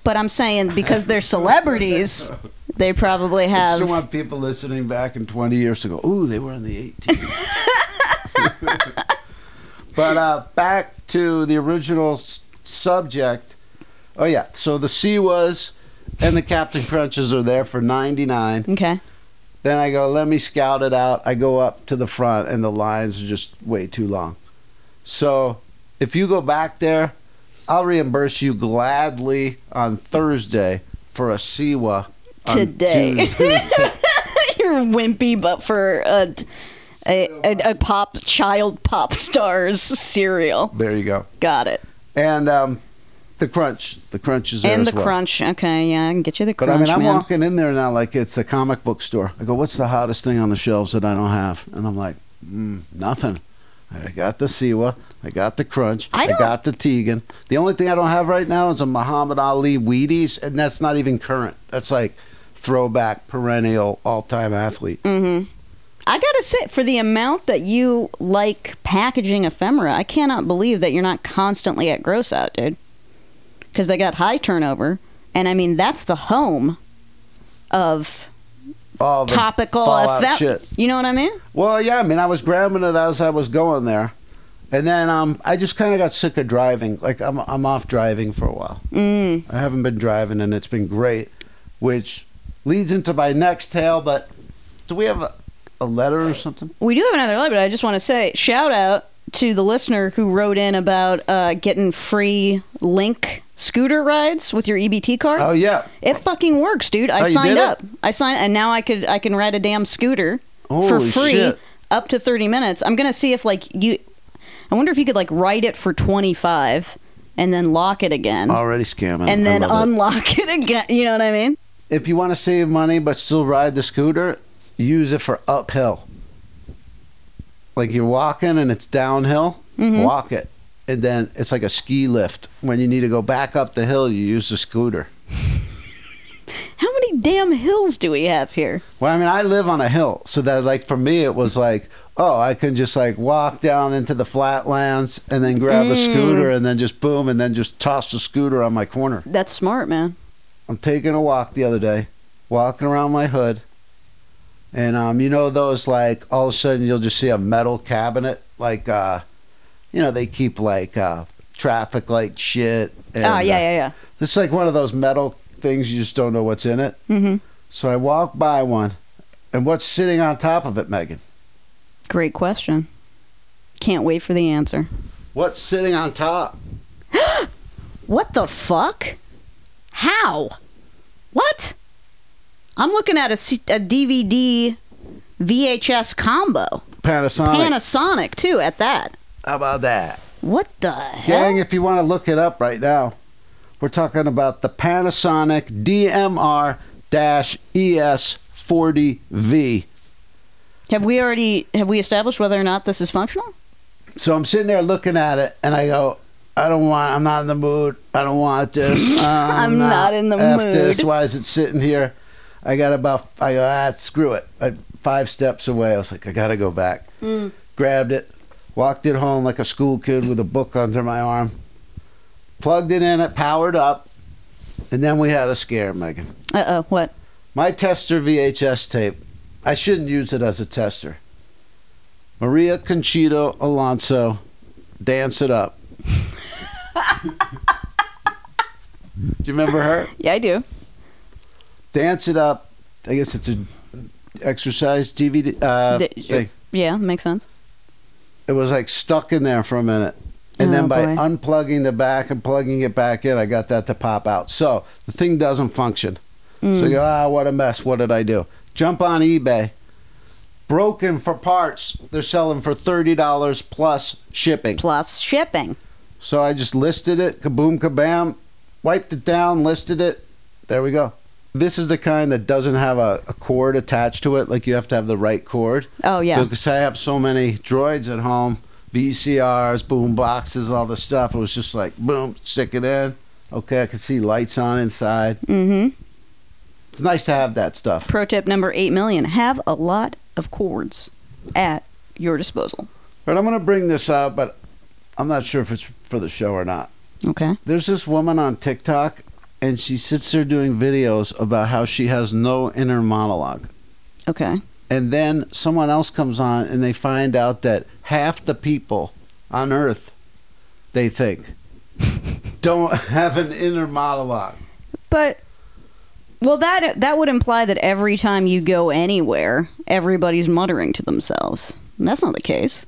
Speaker 1: But I'm saying because they're celebrities, they probably
Speaker 2: I
Speaker 1: have.
Speaker 2: just want people listening back in 20 years to go, ooh, they were in the 18s. but uh, back to the original s- subject. Oh, yeah. So the Siwas and the Captain Crunches are there for 99.
Speaker 1: Okay.
Speaker 2: Then I go, let me scout it out. I go up to the front, and the lines are just way too long. So if you go back there, I'll reimburse you gladly on Thursday for a Siwa. on
Speaker 1: Today.
Speaker 2: Tuesday.
Speaker 1: You're wimpy, but for a, a, a, a pop child pop stars cereal.
Speaker 2: there you go.
Speaker 1: Got it.
Speaker 2: And um, the crunch. The crunch is there
Speaker 1: and
Speaker 2: as
Speaker 1: the
Speaker 2: well.
Speaker 1: crunch. Okay, yeah, I can get you the
Speaker 2: But
Speaker 1: crunch,
Speaker 2: I mean, I'm
Speaker 1: man.
Speaker 2: walking in there now like it's a comic book store. I go, what's the hottest thing on the shelves that I don't have? And I'm like, mm, nothing. I got the Siwa. I got the Crunch.
Speaker 1: I don't-
Speaker 2: got the Tegan. The only thing I don't have right now is a Muhammad Ali Wheaties, and that's not even current. That's like throwback, perennial, all time athlete.
Speaker 1: Mm-hmm. I gotta say, for the amount that you like packaging ephemera, I cannot believe that you're not constantly at gross out, dude. Because they got high turnover, and I mean that's the home of
Speaker 2: All the
Speaker 1: topical
Speaker 2: fallout
Speaker 1: ephem-
Speaker 2: shit.
Speaker 1: You know what I mean?
Speaker 2: Well, yeah, I mean, I was grabbing it as I was going there, and then um, I just kind of got sick of driving. Like I'm, I'm off driving for a while.
Speaker 1: Mm.
Speaker 2: I haven't been driving, and it's been great, which leads into my next tale. But do we have a, a letter or something?
Speaker 1: We do have another letter, but I just want to say shout out to the listener who wrote in about uh, getting free Link scooter rides with your EBT card.
Speaker 2: Oh yeah,
Speaker 1: It fucking works, dude. I
Speaker 2: Oh, you
Speaker 1: signed
Speaker 2: did it?
Speaker 1: up. I signed, and now I could I can ride a damn scooter for
Speaker 2: Holy
Speaker 1: free
Speaker 2: shit.
Speaker 1: up to thirty minutes. I'm gonna see if like you. I wonder if you could like ride it for twenty five and then lock it again,
Speaker 2: already scamming.
Speaker 1: and then
Speaker 2: I love it.
Speaker 1: unlock it. again. You know what I mean?
Speaker 2: if you want to save money but still ride the scooter, use it for uphill. Like you're walking and it's downhill, walk it, and then it's like a ski lift. When you need to go back up the hill, you use the scooter.
Speaker 1: How many damn hills do we have here?
Speaker 2: Well, I mean, I live on a hill, so that like for me, it was like, oh, I can just like walk down into the flatlands and then grab a scooter and then just boom and then just toss the scooter on my corner.
Speaker 1: That's smart, man.
Speaker 2: I'm taking a walk the other day, walking around my hood, and um, you know those like all of a sudden you'll just see a metal cabinet like, uh, you know, they keep like uh, traffic light shit. And,
Speaker 1: Ah, yeah,
Speaker 2: uh,
Speaker 1: yeah, yeah.
Speaker 2: It's like one of those metal things you just don't know what's in it.
Speaker 1: Mm-hmm.
Speaker 2: So I walk by one, and what's sitting on top of it, Megan?
Speaker 1: Great question. Can't wait for the answer.
Speaker 2: What's sitting on top?
Speaker 1: What the fuck? How? What? I'm looking at a, C- a DVD VHS combo.
Speaker 2: Panasonic.
Speaker 1: Panasonic, too, at that.
Speaker 2: How about that?
Speaker 1: What the hell?
Speaker 2: Gang, if you want to look it up right now, we're talking about the Panasonic DMR E ES40V.
Speaker 1: Have we already have we established whether or not this is functional?
Speaker 2: So I'm sitting there looking at it, and I go, I don't want, I'm not in the mood. I don't want this. I'm,
Speaker 1: I'm not in the
Speaker 2: F
Speaker 1: mood.
Speaker 2: this. Why is it sitting here? I got about, I go, ah, screw it. I, five steps away, I was like, I got to go back.
Speaker 1: Mm.
Speaker 2: Grabbed it, walked it home like a school kid with a book under my arm, plugged it in, it powered up, and then we had a scare, Megan.
Speaker 1: Uh oh, what?
Speaker 2: My tester VHS tape. I shouldn't use it as a tester. Maria Conchito Alonso, dance it up. Do you remember her?
Speaker 1: Yeah, I do.
Speaker 2: Dance it up. I guess it's an exercise DVD uh,
Speaker 1: D-
Speaker 2: thing.
Speaker 1: Yeah, makes sense.
Speaker 2: It was like stuck in there for a minute. And
Speaker 1: Oh,
Speaker 2: then by
Speaker 1: boy.
Speaker 2: unplugging the back and plugging it back in, I got that to pop out. So the thing doesn't function.
Speaker 1: Mm.
Speaker 2: So you go, ah, what a mess. What did I do? Jump on eBay. Broken for parts. They're selling for $30 plus shipping.
Speaker 1: Plus shipping.
Speaker 2: So I just listed it, kaboom, kabam, wiped it down, listed it. There we go. This is the kind that doesn't have a, a cord attached to it. Like you have to have the right cord.
Speaker 1: Oh yeah.
Speaker 2: Because I have so many droids at home, VCRs, boom boxes, all the stuff. It was just like, boom, stick it in. Okay, I could see lights on inside.
Speaker 1: Mm-hmm.
Speaker 2: It's nice to have that stuff.
Speaker 1: Pro tip number eight million. Have a lot of cords at your disposal.
Speaker 2: But I'm going to bring this up, but I'm not sure if it's for the show or not.
Speaker 1: Okay.
Speaker 2: There's this woman on TikTok and she sits there doing videos about how she has no inner monologue.
Speaker 1: Okay.
Speaker 2: And then someone else comes on and they find out that half the people on earth, they think, don't have an inner monologue.
Speaker 1: But well that that would imply that every time you go anywhere, everybody's muttering to themselves. And that's not the case.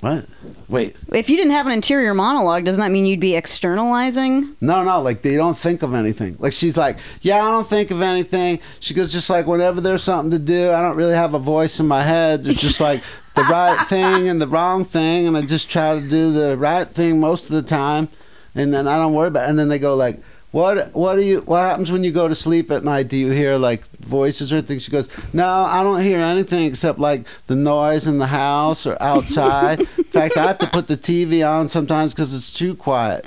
Speaker 2: What? Wait.
Speaker 1: If you didn't have an interior monologue, doesn't that mean you'd be externalizing?
Speaker 2: No, no, like they don't think of anything. Like she's like, yeah, I don't think of anything. She goes, just like whenever there's something to do, I don't really have a voice in my head. It's just like the right thing and the wrong thing, and I just try to do the right thing most of the time, and then I don't worry about. It. And then they go like, what? What do you? What happens when you go to sleep at night? Do you hear like voices or things? She goes, no, I don't hear anything except like the noise in the house or outside. in fact, I have to put the TV on sometimes because it's too quiet,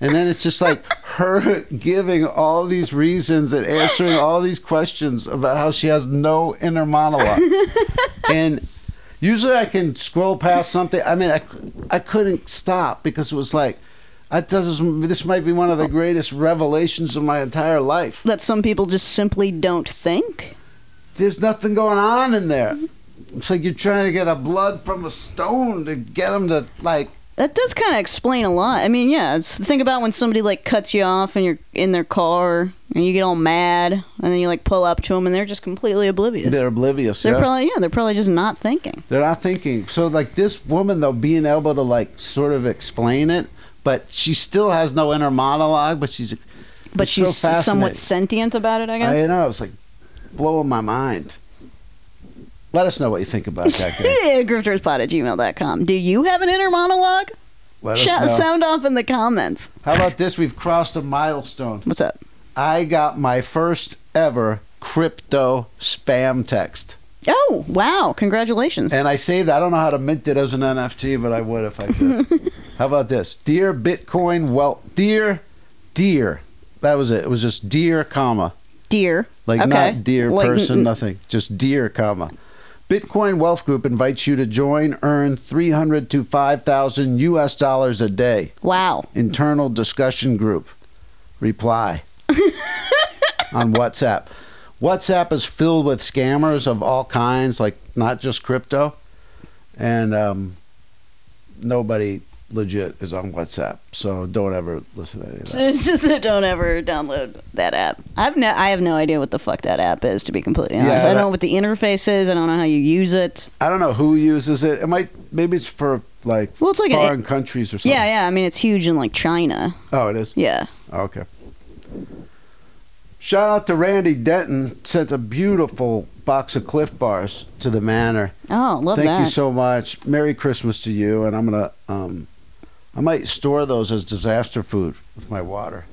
Speaker 2: and then it's just like her giving all these reasons and answering all these questions about how she has no inner monologue. and usually I can scroll past something. I mean, I, c- I couldn't stop because it was like, I, this, is, this might be one of the greatest revelations of my entire life.
Speaker 1: That some people just simply don't think?
Speaker 2: There's nothing going on in there. It's like you're trying to get a blood from a stone to get them to like.
Speaker 1: That does kind of explain a lot. I mean, yeah, it's, think about when somebody like cuts you off and you're in their car and you get all mad and then you like pull up to them and they're just completely oblivious.
Speaker 2: They're oblivious.
Speaker 1: They're
Speaker 2: yeah.
Speaker 1: probably yeah, they're probably just not thinking.
Speaker 2: They're not thinking. So like this woman though being able to like sort of explain it, but she still has no inner monologue, but she's
Speaker 1: But
Speaker 2: it's so
Speaker 1: she's somewhat
Speaker 2: fascinating.
Speaker 1: sentient about it, I
Speaker 2: I
Speaker 1: guess.
Speaker 2: know, it's like blowing my mind. Let us know what you think about that guy.
Speaker 1: grifterspot at gmail.com. Do you have an inner monologue?
Speaker 2: Let us know.
Speaker 1: Shout, sound off in the comments.
Speaker 2: How about this? We've crossed a milestone.
Speaker 1: What's up?
Speaker 2: I got my first ever crypto spam text.
Speaker 1: Oh, wow. Congratulations.
Speaker 2: And I saved I don't know how to mint it as an NFT, but I would if I could. how about this? Dear Bitcoin well dear dear. That was it. It was just dear comma.
Speaker 1: dear.
Speaker 2: Like
Speaker 1: okay.
Speaker 2: not dear
Speaker 1: Like,
Speaker 2: person,
Speaker 1: n-
Speaker 2: nothing. Just dear, comma. Bitcoin Wealth Group invites you to join, earn 300 to 5,000 US dollars a day.
Speaker 1: Wow.
Speaker 2: Internal discussion group. Reply on WhatsApp. WhatsApp is filled with scammers of all kinds, like not just crypto. And um, nobody legit is on WhatsApp. So don't ever listen to any of that.
Speaker 1: So, so don't ever download that app. I've no, I have no idea what the fuck that app is. To be completely honest, I don't
Speaker 2: that-
Speaker 1: know what the interface is. I don't know how you use it.
Speaker 2: I don't know who uses it. It might maybe it's for like
Speaker 1: Well, it's like an-
Speaker 2: foreign countries or something.
Speaker 1: Yeah, yeah. I mean, it's huge in like China.
Speaker 2: Oh, it is.
Speaker 1: Yeah.
Speaker 2: Okay. Shout out to Randy Denton. Sent a beautiful box of Cliff Bars to the Manor.
Speaker 1: Oh, love
Speaker 2: Thank
Speaker 1: that.
Speaker 2: you so much. Merry Christmas to you. And I'm gonna um, I might store those as disaster food with my water.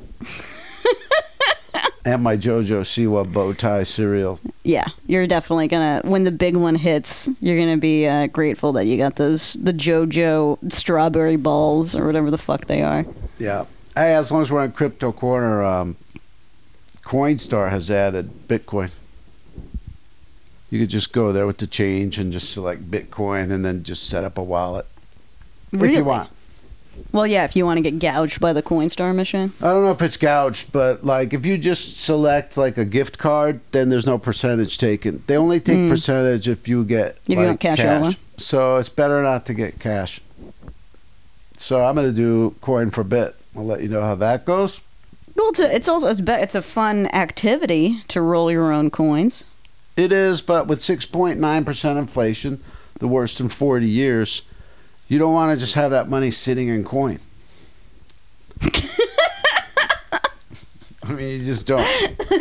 Speaker 2: and my JoJo Siwa bow tie cereal.
Speaker 1: yeah, you're definitely gonna when the big one hits, you're gonna be uh, grateful that you got those the JoJo strawberry balls or whatever the fuck they are.
Speaker 2: Yeah. Hey, as long as we're on Crypto Corner, um, Coinstar has added Bitcoin. You could just go there with the change and just select Bitcoin and then just set up a wallet if
Speaker 1: Really?
Speaker 2: you want.
Speaker 1: Well, yeah, if you want to get gouged by the Coinstar mission.
Speaker 2: I don't know if it's gouged, but like if you just select like a gift card, then there's no percentage taken. They only take percentage if you get
Speaker 1: Hmm. you
Speaker 2: like,
Speaker 1: don't cash out one.
Speaker 2: So it's better not to get cash. So I'm gonna do coin for bit. I'll let you know how that goes.
Speaker 1: Well, it's, a, it's also it's be, it's a fun activity to roll your own coins.
Speaker 2: It is, but with 6.9% inflation, the worst in 40 years, you don't want to just have that money sitting in coin. I mean, you just don't.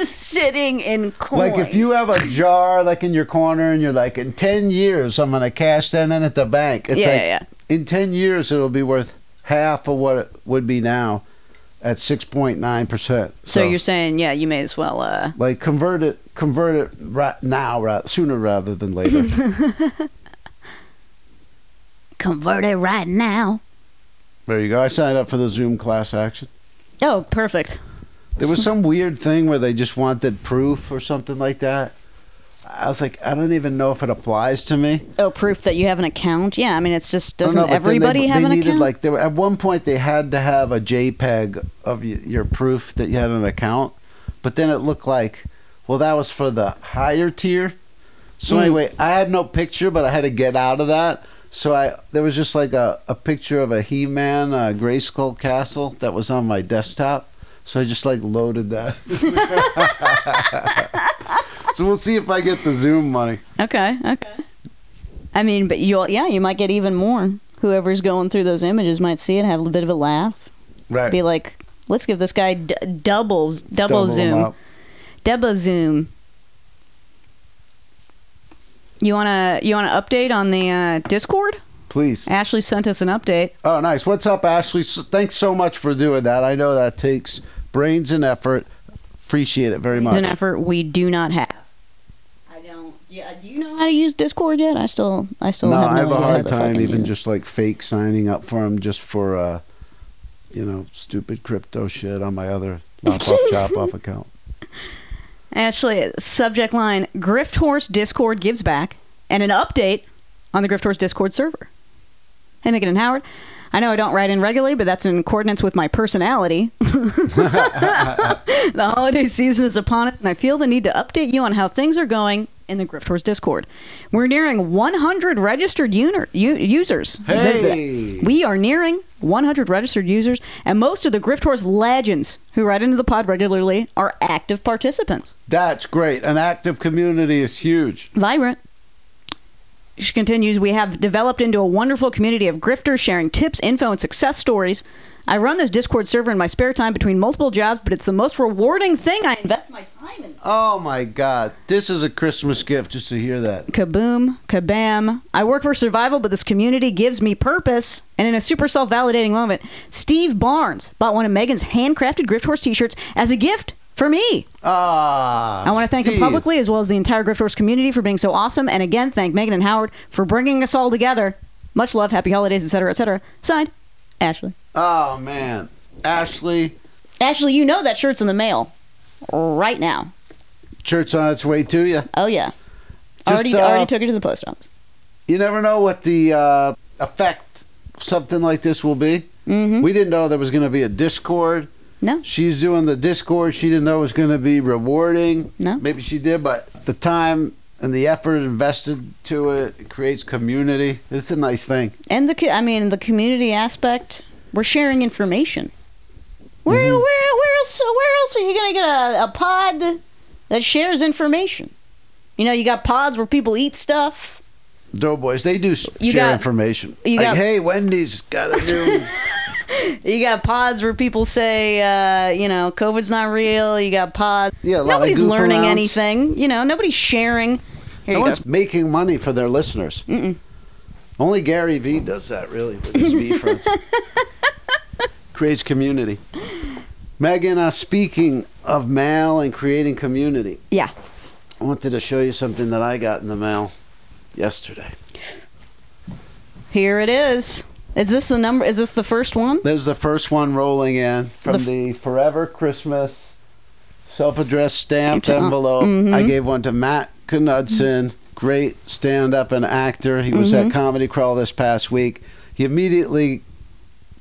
Speaker 1: Sitting in coin.
Speaker 2: Like, if you have a jar, like, in your corner, and you're like, in 10 years, I'm going to cash that in at the bank. It's
Speaker 1: Yeah,
Speaker 2: like,
Speaker 1: yeah,
Speaker 2: in 10 years, it'll be worth half of what it would be now at 6.9%. So,
Speaker 1: So, you're saying, yeah, you may as well. Uh,
Speaker 2: like, convert it, convert it right now, right, sooner rather than later.
Speaker 1: Convert it right now.
Speaker 2: There you go. I signed up for the Zoom class action.
Speaker 1: Oh, perfect.
Speaker 2: There was some weird thing where they just wanted proof or something like that. I was like, I don't even know if it applies to me.
Speaker 1: Oh, proof that you have an account. Yeah, I mean, it's just doesn't
Speaker 2: Oh, no, but then they-
Speaker 1: everybody
Speaker 2: they,
Speaker 1: have an
Speaker 2: needed,
Speaker 1: account?
Speaker 2: Like there, at one point, they had to have a JPEG of y- your proof that you had an account, but then it looked like, well, that was for the higher tier. So
Speaker 1: Mm.
Speaker 2: anyway, I had no picture, but I had to get out of that. So I there was just like a, a picture of a He-Man uh, Grayskull castle that was on my desktop. So I just like loaded that. so we'll see if I get the Zoom money.
Speaker 1: okay, okay. I mean, but you'll yeah, you might get even more. Whoever's going through those images might see it, have a bit of a laugh,
Speaker 2: Right.
Speaker 1: be like, "Let's give this guy d- doubles, double, zoom, double zoom." You wanna you wanna update on the uh, Discord?
Speaker 2: Please.
Speaker 1: Ashley sent us an update.
Speaker 2: Oh, nice. What's up, Ashley? S thanks so much for doing that. I know that takes brains and effort. Appreciate it very much.
Speaker 1: It's an effort we do not have. I don't. Yeah, do you know how to use Discord yet? I still, I still
Speaker 2: no,
Speaker 1: have no
Speaker 2: I have a
Speaker 1: idea how
Speaker 2: hard
Speaker 1: to fucking
Speaker 2: time
Speaker 1: use
Speaker 2: even
Speaker 1: it.
Speaker 2: just like fake signing up for them just for, uh, you know, stupid crypto shit on my other lop off chop off account.
Speaker 1: Actually, subject line: Grift Horse Discord gives back, and an update on the Grift Horse Discord server. Hey, Megan and Howard. I know I don't write in regularly, but that's in accordance with my personality. the holiday season is upon us, and I feel the need to update you on how things are going in the Grift Horse Discord. We're nearing 100 registered uner, u- users.
Speaker 2: Hey!
Speaker 1: We are nearing 100 registered users, and most of the Grift Horse legends who write into the pod regularly are active participants.
Speaker 2: That's great. An active community is huge.
Speaker 1: Vibrant. She continues, we have developed into a wonderful community of grifters sharing tips, info, and success stories. I run this Discord server in my spare time between multiple jobs, but it's the most rewarding thing I invest my time in.
Speaker 2: Oh my God. This is a Christmas gift just to hear that.
Speaker 1: Kaboom, kabam. I work for survival, but this community gives me purpose. And in a super self validating moment, Steve Barnes bought one of Megan's handcrafted Grift Horse t shirts as a gift for me.
Speaker 2: Ah.
Speaker 1: I want to thank him
Speaker 2: Steve.
Speaker 1: publicly as well as the entire Grift Horse community for being so awesome. And again, thank Megan and Howard for bringing us all together. Much love, happy holidays, etc., etc. Signed, Ashley.
Speaker 2: Oh, man. Ashley.
Speaker 1: Ashley, you know that shirt's in the mail right now.
Speaker 2: Church on its way to you.
Speaker 1: Oh yeah,
Speaker 2: Just, Already- uh, already
Speaker 1: took it to the post office.
Speaker 2: you never know what the uh, effect something like this will be. Mm-hmm. We didn't know there was going to be a Discord.
Speaker 1: No,
Speaker 2: She's doing the Discord. She didn't know it was going to be rewarding.
Speaker 1: No.
Speaker 2: Maybe she did, but the time and the effort invested to it, it creates community. It's a nice thing.
Speaker 1: and the co- I mean the community aspect. We're sharing information. Where where
Speaker 2: Mm-hmm.
Speaker 1: where else where else are you gonna get a, a pod that shares information? You know, you got pods where people eat stuff.
Speaker 2: Doughboys, they do s
Speaker 1: You
Speaker 2: share
Speaker 1: got-
Speaker 2: information.
Speaker 1: you
Speaker 2: like,
Speaker 1: got-
Speaker 2: hey, Wendy's got a new.
Speaker 1: You got pods where people say, uh, you know, COVID's not real. You got pods.
Speaker 2: Yeah, a lot of
Speaker 1: nobody's
Speaker 2: goof
Speaker 1: learning
Speaker 2: arounds.
Speaker 1: anything. You know, nobody's sharing. Here
Speaker 2: no
Speaker 1: you
Speaker 2: one's
Speaker 1: go.
Speaker 2: making money for their listeners. Only Gary Vee does that, really, with his V friends. Creates community. Megan, uh, speaking of mail and creating community,
Speaker 1: Yeah.
Speaker 2: I wanted to show you something that I got in the mail yesterday.
Speaker 1: Here it is. Is this the number? Is this the first one?
Speaker 2: There's the first one rolling in from
Speaker 1: The
Speaker 2: the, Forever Christmas self addressed stamped
Speaker 1: Stamped, uh,
Speaker 2: envelope. I gave one to Matt Knudsen, great stand up and actor. He was at Comedy Crawl this past week. He immediately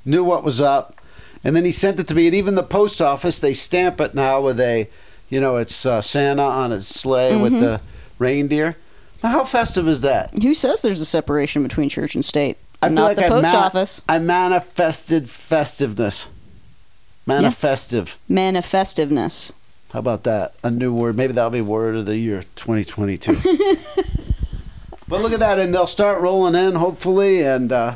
Speaker 2: knew what was up, and then he sent it to me. And even the post office, they stamp it now with a, you know, it's uh, Santa on his sleigh with the reindeer. Now, how festive is that?
Speaker 1: Who says there's a separation between church and state? not the
Speaker 2: I
Speaker 1: post
Speaker 2: ma-
Speaker 1: office.
Speaker 2: I manifested festiveness. Manifestive.
Speaker 1: Manifestiveness.
Speaker 2: How about that? A new word. Maybe that'll be word of the year 2022. but look at that, and they'll start rolling in hopefully, and uh,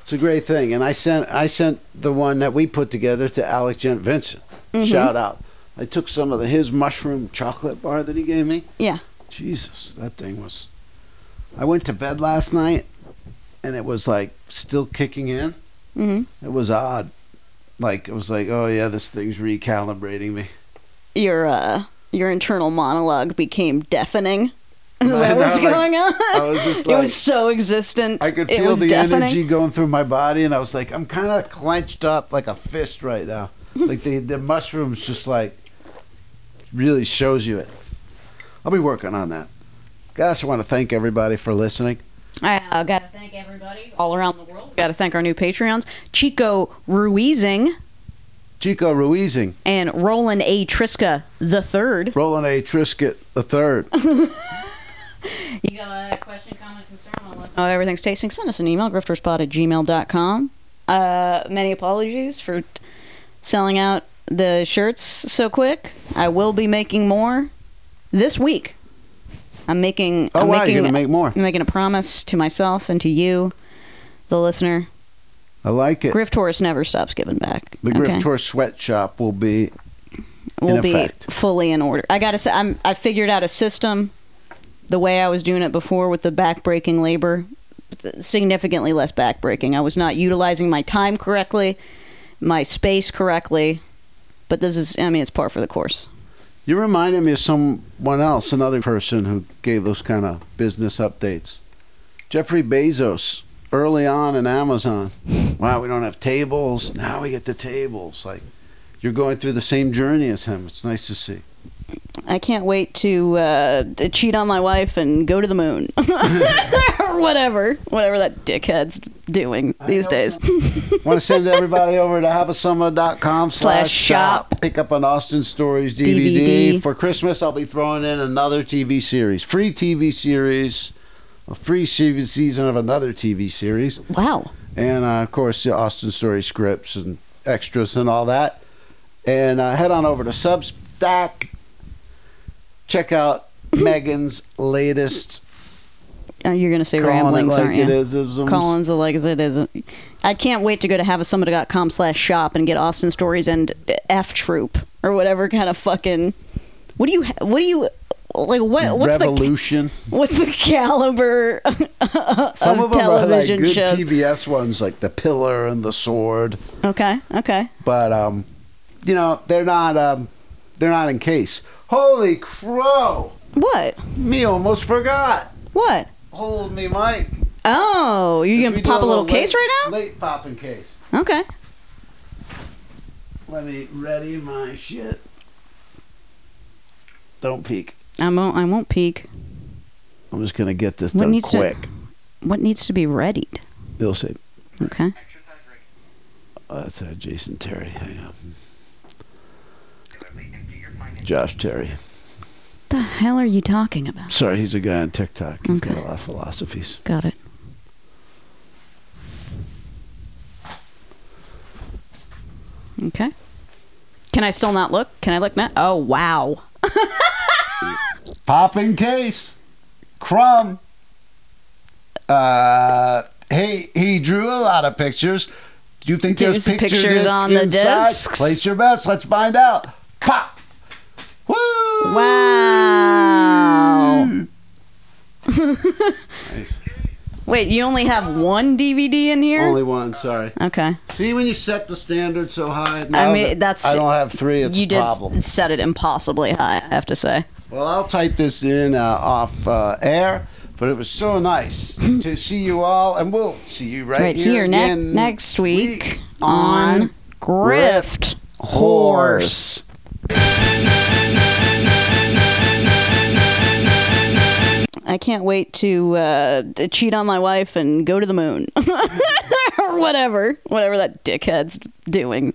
Speaker 2: it's a great thing. And I sent I sent the one that we put together to Alec Gent Vincent. Shout out. I took some of the, his mushroom chocolate bar that he gave me.
Speaker 1: Yeah.
Speaker 2: Jesus, that thing was. I went to bed last night, and it was like still kicking in.
Speaker 1: hmm
Speaker 2: It was odd. Like it was like, oh yeah, this thing's recalibrating me.
Speaker 1: Your uh, your internal monologue became deafening. Is
Speaker 2: I
Speaker 1: that
Speaker 2: know,
Speaker 1: what's
Speaker 2: like,
Speaker 1: going on?
Speaker 2: I was just
Speaker 1: it
Speaker 2: like-
Speaker 1: was so existent.
Speaker 2: I could
Speaker 1: It
Speaker 2: feel
Speaker 1: was
Speaker 2: the
Speaker 1: deafening.
Speaker 2: energy going through my body, and I was like, I'm kind of clenched up like a fist right now. Like the the mushrooms just like really shows you it. I'll be working on that. Gosh, I want to thank everybody for listening.
Speaker 1: I uh, got to thank everybody all around the world. Got to thank our new Patreons Chico Ruizing
Speaker 2: Chico Ruizing,
Speaker 1: and Roland A. Triska the third.
Speaker 2: Roland A. Trisket the third.
Speaker 1: You got a question, comment, concern? I'll let us know how Oh, everything's tasting. Send us an email, grifterspot at gmail.com. Uh, many apologies for t- selling out the shirts so quick. I will be making more this week. I'm making.
Speaker 2: Oh
Speaker 1: I'm
Speaker 2: wow,
Speaker 1: making,
Speaker 2: you're gonna make more.
Speaker 1: I'm making a promise to myself and to you, the listener.
Speaker 2: I like it.
Speaker 1: Grift Horse never stops giving back.
Speaker 2: the Griff Tour sweatshop will be
Speaker 1: will
Speaker 2: in
Speaker 1: be
Speaker 2: effect.
Speaker 1: fully in order. I gotta say, I'm, I figured out a system. The way I was doing it before with the backbreaking labor, significantly less backbreaking. I was not utilizing my time correctly, my space correctly. But this is, I mean, it's par for the course.
Speaker 2: You reminded me of someone else, another person who gave those kind of business updates. Jeffrey Bezos, early on in Amazon. Wow, we don't have tables. Now we get the tables. Like, you're going through the same journey as him. It's nice to see.
Speaker 1: I can't wait to uh, to cheat on my wife and go to the moon, or whatever, whatever that dickhead's doing these days.
Speaker 2: Want to send everybody over to haveasummer.com
Speaker 1: Slash
Speaker 2: slash
Speaker 1: shop.
Speaker 2: shop. Pick up an Austin Stories
Speaker 1: DVD.
Speaker 2: DVD. For Christmas, I'll be throwing in another TV series, free TV series, a free se- season of another TV series.
Speaker 1: wow,
Speaker 2: and uh, of course the Austin Story scripts and extras and all that. And uh, head on over to Substack. Check out Megan's latest
Speaker 1: Uh, you're gonna say
Speaker 2: calling it
Speaker 1: ramblings,
Speaker 2: like
Speaker 1: aren't you?
Speaker 2: it is.
Speaker 1: Collins the legs it is. I can't wait to go to haveasomebody.com slash shop and get Austin Stories and F Troop or whatever kind of fucking. What do you? ha- What do you? Like what? What's the
Speaker 2: Revolution.
Speaker 1: what's the caliber
Speaker 2: Some
Speaker 1: of,
Speaker 2: of them
Speaker 1: television
Speaker 2: are like good
Speaker 1: shows?
Speaker 2: PBS ones, like The Pillar and The Sword.
Speaker 1: Okay, okay.
Speaker 2: But um, you know they're not um, they're not in case. Holy crow!
Speaker 1: What?
Speaker 2: Me almost forgot.
Speaker 1: What?
Speaker 2: Hold me, Mike.
Speaker 1: Oh, you're
Speaker 2: We
Speaker 1: gonna
Speaker 2: do
Speaker 1: pop a little case
Speaker 2: late-
Speaker 1: right now?
Speaker 2: Late popping case.
Speaker 1: Okay.
Speaker 2: Let me ready my shit. Don't peek.
Speaker 1: I won't. I won't peek.
Speaker 2: I'm just gonna get this
Speaker 1: What
Speaker 2: done
Speaker 1: needs to-
Speaker 2: quick.
Speaker 1: What needs to be readied?
Speaker 2: You'll see.
Speaker 1: Okay.
Speaker 4: Exercise regularly.
Speaker 2: Oh, that's uh, Jason Terry. Hang on.
Speaker 4: Empty your finances.
Speaker 2: Josh Terry.
Speaker 1: What the hell are you talking about?
Speaker 2: Sorry, he's a guy on TikTok. He's got
Speaker 1: Okay.
Speaker 2: a lot of philosophies.
Speaker 1: Got it. Okay. Can I still not look? Can I look now? Oh wow.
Speaker 2: Popping case. Crumb. Uh, hey, he drew a lot of pictures. Do you think
Speaker 1: There's
Speaker 2: there's picture
Speaker 1: pictures
Speaker 2: disc
Speaker 1: on the
Speaker 2: inside?
Speaker 1: discs.
Speaker 2: Place your bets. Let's find out. Pop. Woo! Mm.
Speaker 1: Wow.
Speaker 2: Nice.
Speaker 1: Wait, you only have one DVD in here?
Speaker 2: Only one. Sorry.
Speaker 1: okay.
Speaker 2: See, when you set the standard so high,
Speaker 1: I
Speaker 2: now
Speaker 1: mean,
Speaker 2: that
Speaker 1: that's-
Speaker 2: I don't have three. It's
Speaker 1: you
Speaker 2: a
Speaker 1: did
Speaker 2: problem.
Speaker 1: set it impossibly high, I have to say.
Speaker 2: Well, I'll type this in uh, off uh, air, but it was so nice to see you all, and we'll see you right,
Speaker 1: Right here, ne-
Speaker 2: again
Speaker 1: next week, on
Speaker 2: on
Speaker 1: Grift Horse.
Speaker 2: Horse.
Speaker 1: I can't wait to uh, to cheat on my wife and go to the moon or whatever, whatever that dickhead's doing